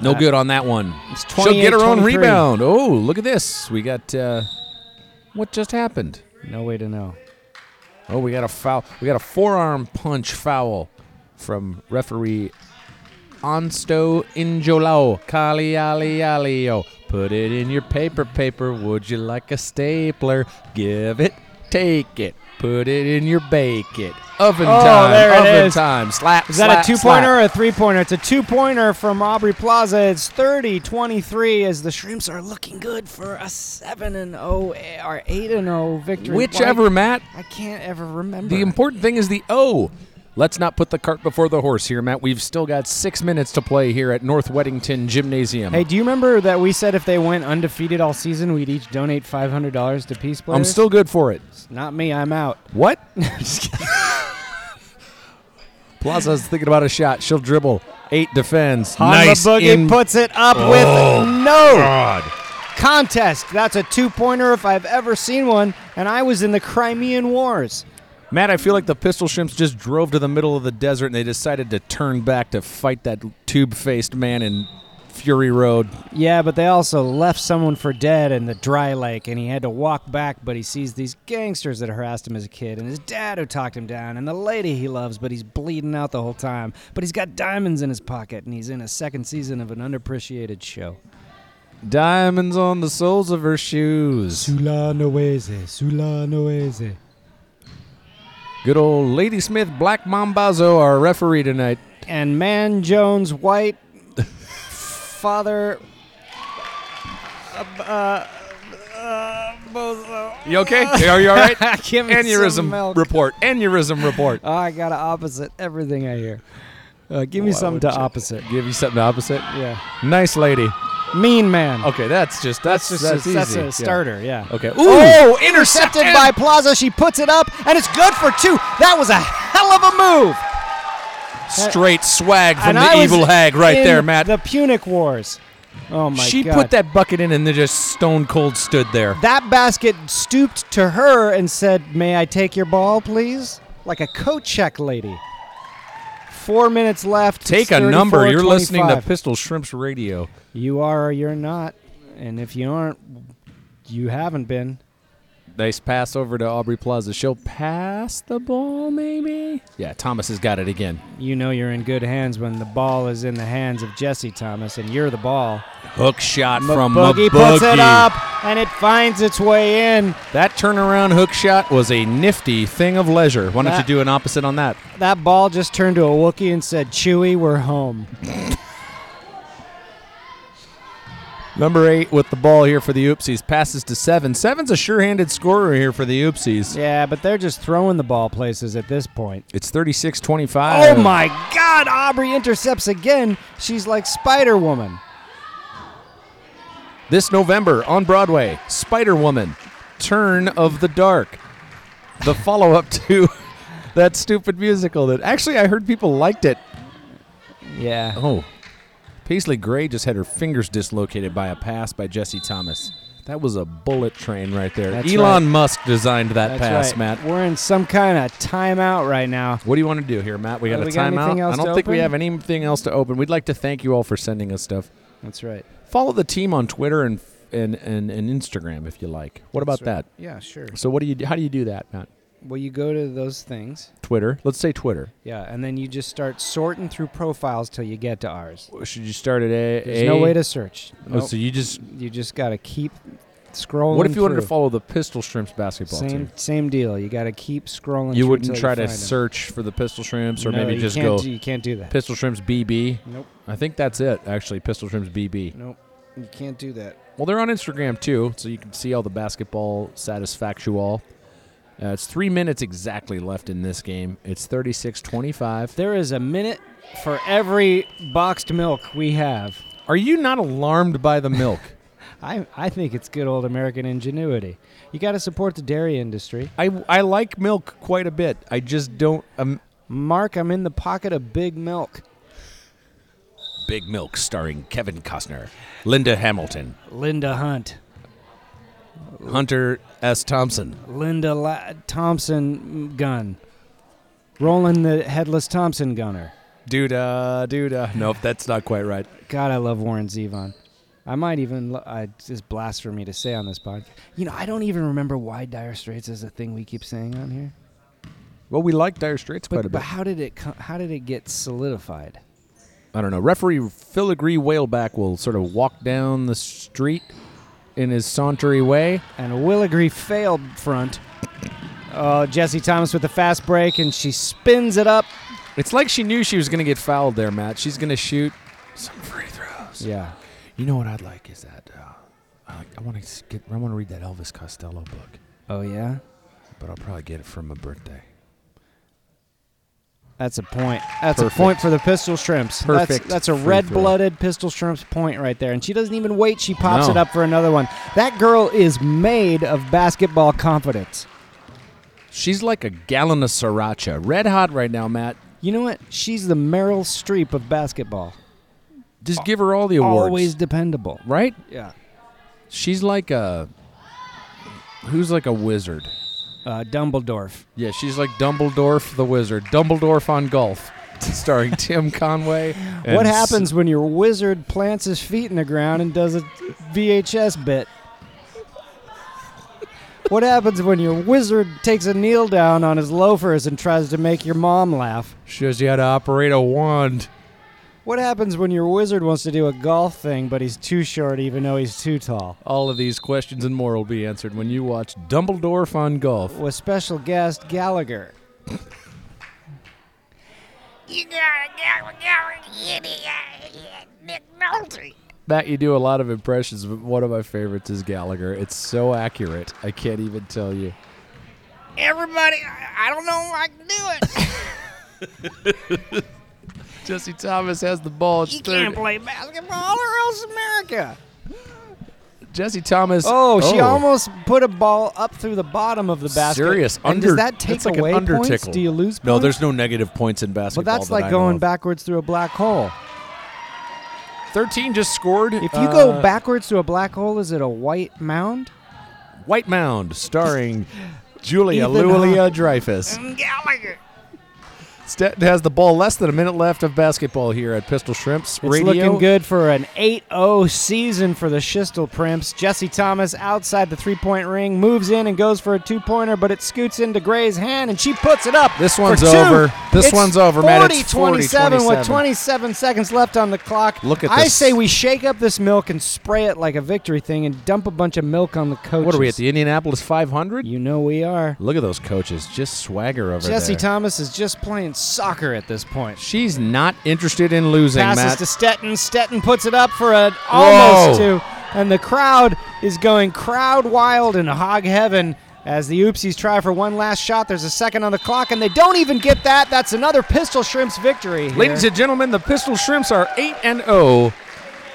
Speaker 3: No good on that one.
Speaker 2: Uh, It's
Speaker 3: She'll get her own
Speaker 2: 28-23.
Speaker 3: rebound. Oh, look at this. We got uh, what just happened?
Speaker 2: No way to know.
Speaker 3: Oh, we got a foul. We got a forearm punch foul from referee Ansto Injolao Kalialialio. Put it in your paper, paper. Would you like a stapler? Give it, take it. Put it in your bake it. Oven
Speaker 2: Oh,
Speaker 3: time.
Speaker 2: there it
Speaker 3: oven
Speaker 2: is.
Speaker 3: time. Slap.
Speaker 2: Is that
Speaker 3: slap,
Speaker 2: a two
Speaker 3: slap.
Speaker 2: pointer or a three pointer? It's a two pointer from Aubrey Plaza. It's 30 23 as the Shrimps are looking good for a 7 and 0 or 8 and 0 victory.
Speaker 3: Whichever,
Speaker 2: Why-
Speaker 3: Matt.
Speaker 2: I can't ever remember.
Speaker 3: The important thing is the O. Let's not put the cart before the horse here, Matt. We've still got six minutes to play here at North Weddington Gymnasium.
Speaker 2: Hey, do you remember that we said if they went undefeated all season, we'd each donate five hundred dollars to Peace Players?
Speaker 3: I'm still good for it.
Speaker 2: not me. I'm out.
Speaker 3: What? Plaza's thinking about a shot. She'll dribble. Eight defends. nice.
Speaker 2: Hama Boogie
Speaker 3: in- Oh.
Speaker 2: puts it up with no contest. That's a two-pointer if I've ever seen one, and I was in the Crimean Wars.
Speaker 3: Matt, I feel like the Pistol Shrimps just drove to the middle of the desert and they decided to turn back to fight that tube-faced man in Fury Road.
Speaker 2: Yeah, but they also left someone for dead in the dry lake, and he had to walk back. But he sees these gangsters that harassed him as a kid, and his dad who talked him down, and the lady he loves, but he's bleeding out the whole time. But he's got diamonds in his pocket, and he's in a second season of an underappreciated show.
Speaker 3: Diamonds on the soles of her shoes.
Speaker 2: Sula Noese, Sula Noese.
Speaker 3: Good old Lady Smith Black Mambazo, our referee tonight.
Speaker 2: And Man Jones White, father.
Speaker 3: You okay? Are you all right?
Speaker 2: Give me some
Speaker 3: Aneurysm
Speaker 2: milk.
Speaker 3: report. Aneurysm report.
Speaker 2: Oh, I gotta opposite everything I hear. Uh, give me
Speaker 3: Why
Speaker 2: something
Speaker 3: would
Speaker 2: to
Speaker 3: you?
Speaker 2: opposite.
Speaker 3: Give you something opposite.
Speaker 2: Yeah.
Speaker 3: Nice lady.
Speaker 2: Mean Man.
Speaker 3: Okay, that's just that's
Speaker 2: That's,
Speaker 3: just
Speaker 2: just a, that's
Speaker 3: easy.
Speaker 2: a starter, yeah.
Speaker 3: Yeah. Okay. Ooh,
Speaker 2: Oh,
Speaker 3: intercepted,
Speaker 2: Intercepted by Plaza. She puts it up, and it's good for two. That was a hell of a move.
Speaker 3: straight swag from
Speaker 2: and
Speaker 3: the
Speaker 2: I was
Speaker 3: evil hag right
Speaker 2: in
Speaker 3: there, Matt.
Speaker 2: The Punic Wars. Oh my
Speaker 3: she
Speaker 2: god.
Speaker 3: put that bucket in and then just stone cold stood there.
Speaker 2: That basket stooped to her and said, "May I take your ball, please?" Like a coat check lady. Four minutes left.
Speaker 3: Take
Speaker 2: It's
Speaker 3: a number. You're
Speaker 2: 34-25.
Speaker 3: listening to Pistol Shrimps Radio.
Speaker 2: You are or you're not, and if you aren't, you haven't been.
Speaker 3: Nice pass over to Aubrey Plaza. She'll pass the ball, maybe. Yeah, Thomas has got it again.
Speaker 2: You know you're in good hands when the ball is in the hands of Jesse Thomas, and you're the ball.
Speaker 3: Hook shot from
Speaker 2: Boogie
Speaker 3: Boogie.
Speaker 2: puts it up. and it finds its way in.
Speaker 3: That turnaround hook shot was a nifty thing of leisure. Why don't
Speaker 2: That-
Speaker 3: you do an opposite on that?
Speaker 2: That ball just turned to a Wookiee and said, Chewie, we're home.
Speaker 3: Number eight with the ball here for the Oopsies passes to seven. Seven's a sure-handed scorer here for the Oopsies.
Speaker 2: Yeah, but they're just throwing the ball places at this point.
Speaker 3: It's 36-25.
Speaker 2: Oh my God, Aubrey intercepts again. She's like Spider Woman.
Speaker 3: This November on Broadway, Spider Woman, Turn of the Dark, the follow up to that stupid musical that actually I heard people liked it.
Speaker 2: Yeah.
Speaker 3: Oh, Paisley Gray just had her fingers dislocated by a pass by Jesse Thomas. That was a bullet train right there.
Speaker 2: That's
Speaker 3: Elon
Speaker 2: right.
Speaker 3: Musk designed that pass,
Speaker 2: right.
Speaker 3: Matt.
Speaker 2: We're in some kind of timeout right now.
Speaker 3: What do you want to do here, Matt? We got
Speaker 2: Uh,
Speaker 3: a
Speaker 2: we got
Speaker 3: timeout.
Speaker 2: anything else
Speaker 3: I don't
Speaker 2: to
Speaker 3: think we
Speaker 2: open?
Speaker 3: have anything else to open. We'd like to thank you all for sending us stuff.
Speaker 2: That's right.
Speaker 3: Follow the team on Twitter and and, and, and Instagram if you like. What about that?
Speaker 2: Yeah, sure.
Speaker 3: So what do you how do you do that, Matt?
Speaker 2: Well, you go to those things.
Speaker 3: Twitter. Let's say Twitter.
Speaker 2: Yeah, and then you just start sorting through profiles till you get to ours.
Speaker 3: Should you start at A?
Speaker 2: There's no way to search.
Speaker 3: Oh,
Speaker 2: Nope.
Speaker 3: So you just.
Speaker 2: You just got to keep scrolling.
Speaker 3: What if you wanted to
Speaker 2: through.
Speaker 3: follow the Pistol Shrimps basketball
Speaker 2: Same
Speaker 3: team?
Speaker 2: same deal. You got to keep scrolling.
Speaker 3: You
Speaker 2: through
Speaker 3: wouldn't
Speaker 2: till
Speaker 3: try
Speaker 2: you
Speaker 3: to
Speaker 2: find 'em.
Speaker 3: search for the Pistol Shrimps, or
Speaker 2: No,
Speaker 3: maybe
Speaker 2: you
Speaker 3: just
Speaker 2: can't
Speaker 3: go
Speaker 2: do- you can't do that.
Speaker 3: Pistol Shrimps BB.
Speaker 2: nope,
Speaker 3: I think that's it, actually. Pistol Shrimps BB.
Speaker 2: nope. You can't do that.
Speaker 3: Well, they're on Instagram too, so you can see all the basketball satisfactual. Uh, it's three minutes exactly left in this game. It's 36-25.
Speaker 2: There is a minute for every boxed milk we have.
Speaker 3: Are you not alarmed by the milk?
Speaker 2: I I think it's good old American ingenuity. You got to support the dairy industry.
Speaker 3: I, I like milk quite a bit. I just don't. Um,
Speaker 2: Mark, I'm in the pocket of big milk.
Speaker 3: Big Milk, starring Kevin Costner, Linda Hamilton,
Speaker 2: Linda Hunt,
Speaker 3: Hunter S. Thompson.
Speaker 2: Linda La- Thompson gun, rolling the headless Thompson gunner.
Speaker 3: Duda, Duda. Nope, that's not quite right.
Speaker 2: God, I love Warren Zevon. I might even, lo- I, it's blasphemy to say on this podcast. You know, I don't even remember why Dire Straits is a thing we keep saying on here.
Speaker 3: Well, we like Dire Straits quite a
Speaker 2: But, but
Speaker 3: bit.
Speaker 2: how did it co- how did it get solidified?
Speaker 3: I don't know. Referee Filigree Whaleback will sort of walk down the street in his sauntery way.
Speaker 2: And Willigree failed front. Oh, Jesse Thomas with the fast break, and she spins it up.
Speaker 3: It's like she knew she was going to get fouled there, Matt. She's going to shoot some free throws.
Speaker 2: Yeah,
Speaker 3: You know what I'd like is that uh, I, I want to get I want to read that Elvis Costello book,
Speaker 2: Oh yeah,
Speaker 3: but I'll probably get it for my birthday.
Speaker 2: that's a point. That's
Speaker 3: Perfect.
Speaker 2: a point for the Pistol Shrimps. That's-
Speaker 3: Perfect
Speaker 2: That's, a
Speaker 3: free
Speaker 2: red-blooded Pistol Shrimps point right there, and she doesn't even wait. She pops
Speaker 3: No.
Speaker 2: it up for another one. That girl is made of basketball confidence.
Speaker 3: She's like a gallon of sriracha, red hot right now, Matt.
Speaker 2: You know what? She's the Meryl Streep of basketball.
Speaker 3: Just give her all the awards,
Speaker 2: Always dependable.
Speaker 3: right?
Speaker 2: Yeah.
Speaker 3: She's like a who's like a wizard.
Speaker 2: Uh, Dumbledore.
Speaker 3: Yeah, she's like Dumbledore the wizard. Dumbledore on golf, starring Tim Conway. and
Speaker 2: what happens when your wizard plants his feet in the ground and does a VHS bit? what happens when your wizard takes a kneel down on his loafers and tries to make your mom laugh?
Speaker 3: s- Shows you how to operate a wand.
Speaker 2: What happens when your wizard wants to do a golf thing but he's too short even though he's too tall?
Speaker 3: All of these questions and more will be answered when you watch Dumbledore on golf.
Speaker 2: With special guest Gallagher.
Speaker 5: You gotta go, go, idiot, Nick Nolte.
Speaker 3: Matt, you do a lot of impressions, but one of my favorites is Gallagher. It's so accurate. I can't even tell you.
Speaker 5: Everybody, I, I don't know if I can do it.
Speaker 3: Jesse Thomas has the ball. It's
Speaker 5: You can't
Speaker 3: 30.
Speaker 5: play basketball or else America.
Speaker 3: Jesse Thomas.
Speaker 2: Oh, she almost put a ball up through the bottom of the basket.
Speaker 3: Serious.
Speaker 2: And
Speaker 3: under,
Speaker 2: does that take
Speaker 3: that's like
Speaker 2: away
Speaker 3: an under
Speaker 2: points?
Speaker 3: tickle.
Speaker 2: Do you lose points?
Speaker 3: No, there's no negative points in
Speaker 2: But
Speaker 3: basketball.
Speaker 2: that's
Speaker 3: that I
Speaker 2: like
Speaker 3: know
Speaker 2: going
Speaker 3: of.
Speaker 2: backwards through a black hole.
Speaker 3: 13 just scored.
Speaker 2: If you go
Speaker 3: Uh,
Speaker 2: backwards through a black hole, is it a white mound?
Speaker 3: White Mound, starring Julia
Speaker 2: Ethan
Speaker 3: Lulia
Speaker 2: Hawke.
Speaker 3: Dreyfus.
Speaker 5: Gallagher.
Speaker 3: Stanton has the ball less than a minute left of basketball here at Pistol Shrimps
Speaker 2: It's
Speaker 3: Radio.
Speaker 2: looking good for an 8-0 season for the Schistel Primps. Jesse Thomas outside the three-point ring moves in and goes for a two-pointer, but it scoots into Gray's hand and she puts it up.
Speaker 3: This
Speaker 2: for
Speaker 3: one's
Speaker 2: two.
Speaker 3: over. This
Speaker 2: It's
Speaker 3: one's over,
Speaker 2: 40,
Speaker 3: Matt. It's 40,
Speaker 2: 27 with
Speaker 3: 27.
Speaker 2: 27 seconds left on the clock.
Speaker 3: Look at
Speaker 2: I
Speaker 3: this.
Speaker 2: say we shake up this milk and spray it like a victory thing and dump a bunch of milk on the coaches.
Speaker 3: What are we at the Indianapolis 500?
Speaker 2: You know we are.
Speaker 3: Look at those coaches, just swagger over
Speaker 2: Jesse
Speaker 3: there.
Speaker 2: Thomas is just playing soccer at this point.
Speaker 3: She's not interested in losing,
Speaker 2: passes
Speaker 3: Matt.
Speaker 2: to Stetton. Stetton puts it up for an almost
Speaker 3: Whoa.
Speaker 2: two, and the crowd is going crowd wild in hog heaven as the Oopsies try for one last shot. There's a second on the clock, and they don't even get that. That's another Pistol Shrimps victory. here.
Speaker 3: Ladies and gentlemen, the Pistol Shrimps are 8 and 0.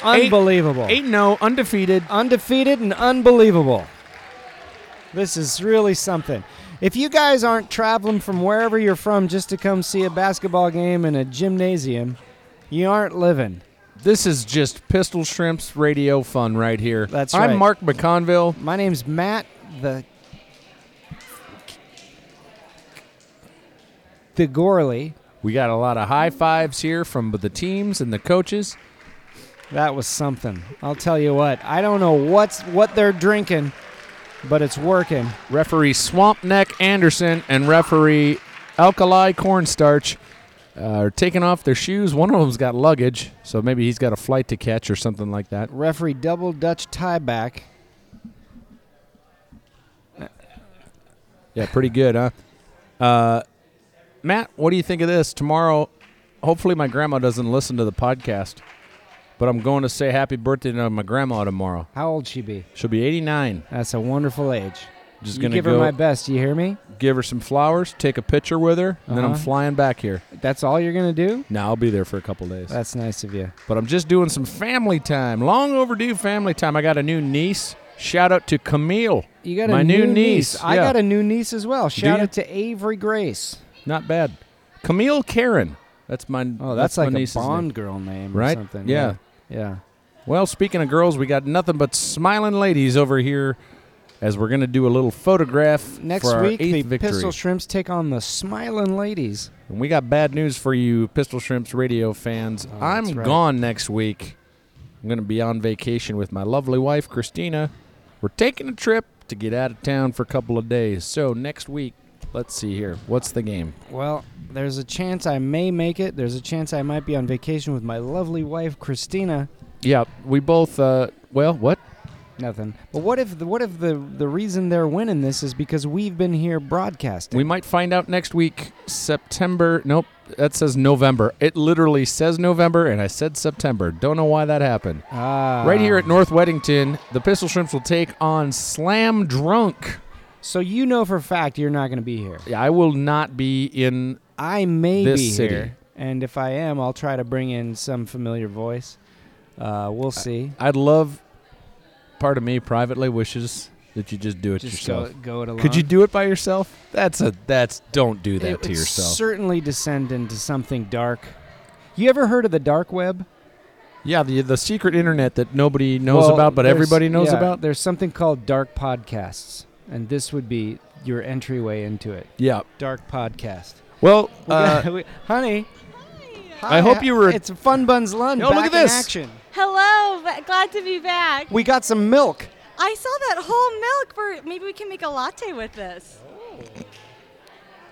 Speaker 2: unbelievable,
Speaker 3: 8 and 0 undefeated.
Speaker 2: undefeated and unbelievable. This is really something. If you guys aren't traveling from wherever you're from just to come see a basketball game in a gymnasium, you aren't living.
Speaker 3: This is just Pistol Shrimps radio fun right here.
Speaker 2: That's
Speaker 3: I'm
Speaker 2: right.
Speaker 3: Mark McConville.
Speaker 2: My name's Matt the the Gorley.
Speaker 3: We got a lot of high fives here from the teams and the coaches.
Speaker 2: That was something. I'll tell you what. I don't know what's what they're drinking, but it's working.
Speaker 3: Referee Swamp Neck Anderson and referee Alkali Cornstarch uh, are taking off their shoes. One of them's got luggage, so maybe he's got a flight to catch or something like that.
Speaker 2: Referee double Dutch tie back.
Speaker 3: Yeah, pretty good, huh? Uh, Matt, what do you think of this? Tomorrow, hopefully my grandma doesn't listen to the podcast, but I'm going to say happy birthday to my grandma tomorrow.
Speaker 2: How old she be?
Speaker 3: She'll be 89.
Speaker 2: That's a wonderful age.
Speaker 3: Just
Speaker 2: You
Speaker 3: going to
Speaker 2: give
Speaker 3: go
Speaker 2: her my best. You hear me?
Speaker 3: give her some flowers, take a picture with her, and then I'm
Speaker 2: Uh-huh.
Speaker 3: flying back here.
Speaker 2: That's all you're gonna do?
Speaker 3: Now I'll be there for a couple days.
Speaker 2: That's nice of you.
Speaker 3: but I'm just doing some family time. Long overdue family time. I got a new niece. Shout out to Camille.
Speaker 2: You got a
Speaker 3: My new niece,
Speaker 2: I
Speaker 3: yeah.
Speaker 2: got a new niece as well. Shout
Speaker 3: ya?
Speaker 2: out to Avery Grace.
Speaker 3: Not bad. Camille Karen. That's my
Speaker 2: Oh, that's,
Speaker 3: my
Speaker 2: like a
Speaker 3: niece's name.
Speaker 2: Bond girl name
Speaker 3: Right?
Speaker 2: or something.
Speaker 3: Yeah.
Speaker 2: Yeah.
Speaker 3: Well, speaking of girls, we got nothing but smiling ladies over here as we're going to do a little photograph
Speaker 2: Next
Speaker 3: for our
Speaker 2: week, the
Speaker 3: eighth victory.
Speaker 2: Pistol Shrimps take on the Smiling Ladies.
Speaker 3: and we got bad news for you, Pistol Shrimps radio fans. I'm
Speaker 2: that's right.
Speaker 3: gone next week. I'm going to be on vacation with my lovely wife, Christina. We're taking a trip to get out of town for a couple of days. So next week, let's see here. What's the game?
Speaker 2: Well, there's a chance I may make it. There's a chance I might be on vacation with my lovely wife, Christina.
Speaker 3: Yeah, we both. Uh, well, what?
Speaker 2: Nothing. But what if the, what if the the reason they're winning this is because we've been here broadcasting?
Speaker 3: We might find out next week, September. Nope, that says November. It literally says November, and I said September. Don't know why that happened.
Speaker 2: Ah.
Speaker 3: Right here at North Weddington, the Pistol Shrimps will take on Slam Drunk.
Speaker 2: So you know for a fact you're not going to be here.
Speaker 3: Yeah, I will not be in.
Speaker 2: I may
Speaker 3: This
Speaker 2: be
Speaker 3: city.
Speaker 2: here, and if I am, I'll try to bring in some familiar voice. Uh, we'll see.
Speaker 3: I'd love. Part of me privately wishes that you just do it
Speaker 2: Just go
Speaker 3: yourself.
Speaker 2: go it alone.
Speaker 3: Could you do it by yourself? That's a that's don't do that
Speaker 2: it
Speaker 3: to
Speaker 2: would
Speaker 3: yourself.
Speaker 2: certainly descend into something dark. You ever heard of the dark web?
Speaker 3: yeah, the the secret internet that nobody knows
Speaker 2: Well,
Speaker 3: about, but
Speaker 2: there's-
Speaker 3: everybody knows
Speaker 2: yeah,
Speaker 3: about.
Speaker 2: There's something called dark podcasts, and this would be your entryway into it.
Speaker 3: Yeah.
Speaker 2: Dark podcast.
Speaker 3: Well,
Speaker 2: We
Speaker 3: uh,
Speaker 2: got- we- honey.
Speaker 3: I hope you were-
Speaker 2: It's Fun Buns Lunch.
Speaker 3: Yo, look
Speaker 2: back
Speaker 3: at this.
Speaker 2: In action.
Speaker 7: Hello, but glad to be back.
Speaker 2: We got some milk.
Speaker 7: I saw that whole milk for maybe we can make a latte with this.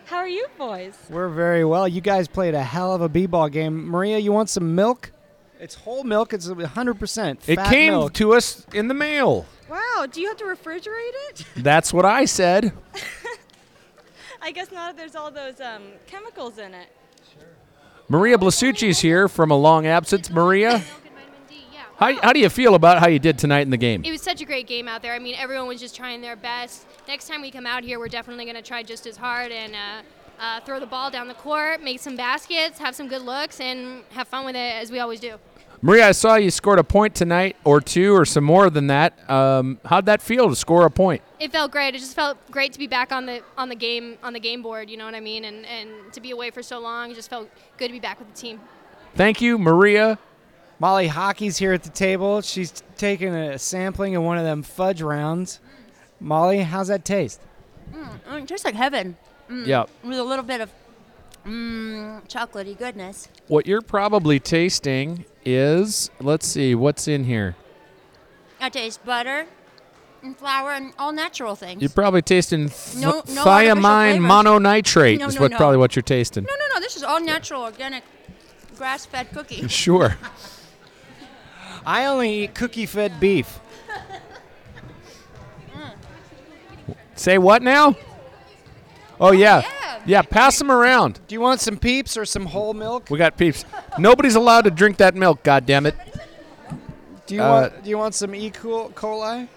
Speaker 7: How are you boys?
Speaker 2: We're very well. You guys played a hell of a b-ball game. Maria, you want some milk? It's whole milk. It's 100%
Speaker 3: It
Speaker 2: fat
Speaker 3: came
Speaker 2: milk.
Speaker 3: to us in the mail.
Speaker 7: Wow, do you have to refrigerate it?
Speaker 3: That's what I said.
Speaker 7: I guess not if there's all those um, chemicals in it.
Speaker 3: Maria Blasucci's here from a long absence. Maria, how, how do you feel about how you did tonight in the game?
Speaker 8: It was such a great game out there. I mean, everyone was just trying their best. Next time we come out here, we're definitely going to try just as hard and uh, uh, throw the ball down the court, make some baskets, have some good looks, and have fun with it as we always do.
Speaker 3: Maria, I saw you scored a point tonight, or two, or some more than that. Um, how'd that feel to score a point?
Speaker 8: It felt great. It just felt great to be back on the on the game on the game board. You know what I mean? And and to be away for so long, it just felt good to be back with the team.
Speaker 3: Thank you, Maria.
Speaker 2: Molly Hockey's here at the table. She's t- taking a sampling of one of them fudge rounds. Molly, how's that taste?
Speaker 9: Mm, it tastes like heaven
Speaker 3: Yeah,
Speaker 9: with a little bit of mm, Chocolatey goodness.
Speaker 3: What you're probably tasting is let's see what's in here.
Speaker 9: I taste butter and flour and all natural things.
Speaker 3: You're probably tasting th-
Speaker 9: No- no
Speaker 3: thiamine
Speaker 9: artificial
Speaker 3: mononitrate
Speaker 9: No,
Speaker 3: is
Speaker 9: no,
Speaker 3: what
Speaker 9: no.
Speaker 3: probably what you're tasting.
Speaker 9: No, no, no. This is all natural, organic, grass-fed cookie.
Speaker 3: Sure.
Speaker 2: I only eat cookie fed beef.
Speaker 3: Say what now? Oh yeah.
Speaker 9: yeah.
Speaker 3: Yeah, pass them around.
Speaker 2: Do you want some peeps or some whole milk?
Speaker 3: We got peeps. Nobody's allowed to drink that milk, God damn it.
Speaker 2: Do you
Speaker 3: Uh,
Speaker 2: want do you want some E. Cool- coli?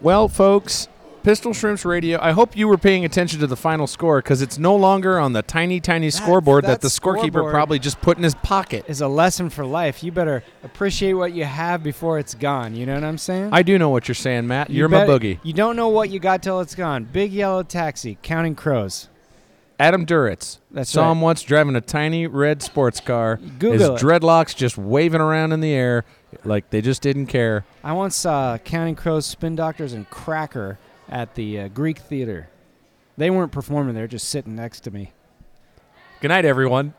Speaker 3: Well, folks, Pistol Shrimps Radio, I hope you were paying attention to the final score because it's no longer on the tiny, tiny scoreboard
Speaker 2: that
Speaker 3: that, the scorekeeper
Speaker 2: scoreboard-
Speaker 3: probably just put in his pocket.
Speaker 2: Is a lesson for life. You better appreciate what you have before it's gone. You know what I'm saying?
Speaker 3: I do know what you're saying, Matt.
Speaker 2: You
Speaker 3: You're my
Speaker 2: bet-
Speaker 3: boogie.
Speaker 2: You don't know what you got till it's gone. Big yellow taxi, counting crows.
Speaker 3: Adam Duritz.
Speaker 2: That's
Speaker 3: saw him
Speaker 2: right.
Speaker 3: once driving a tiny red sports car. his
Speaker 2: Google it.
Speaker 3: dreadlocks just waving around in the air like they just didn't care.
Speaker 2: I once saw Counting Crows, Spin Doctors, and Cracker at the uh, Greek Theater. They weren't performing; they were just sitting next to me.
Speaker 3: Good night, everyone.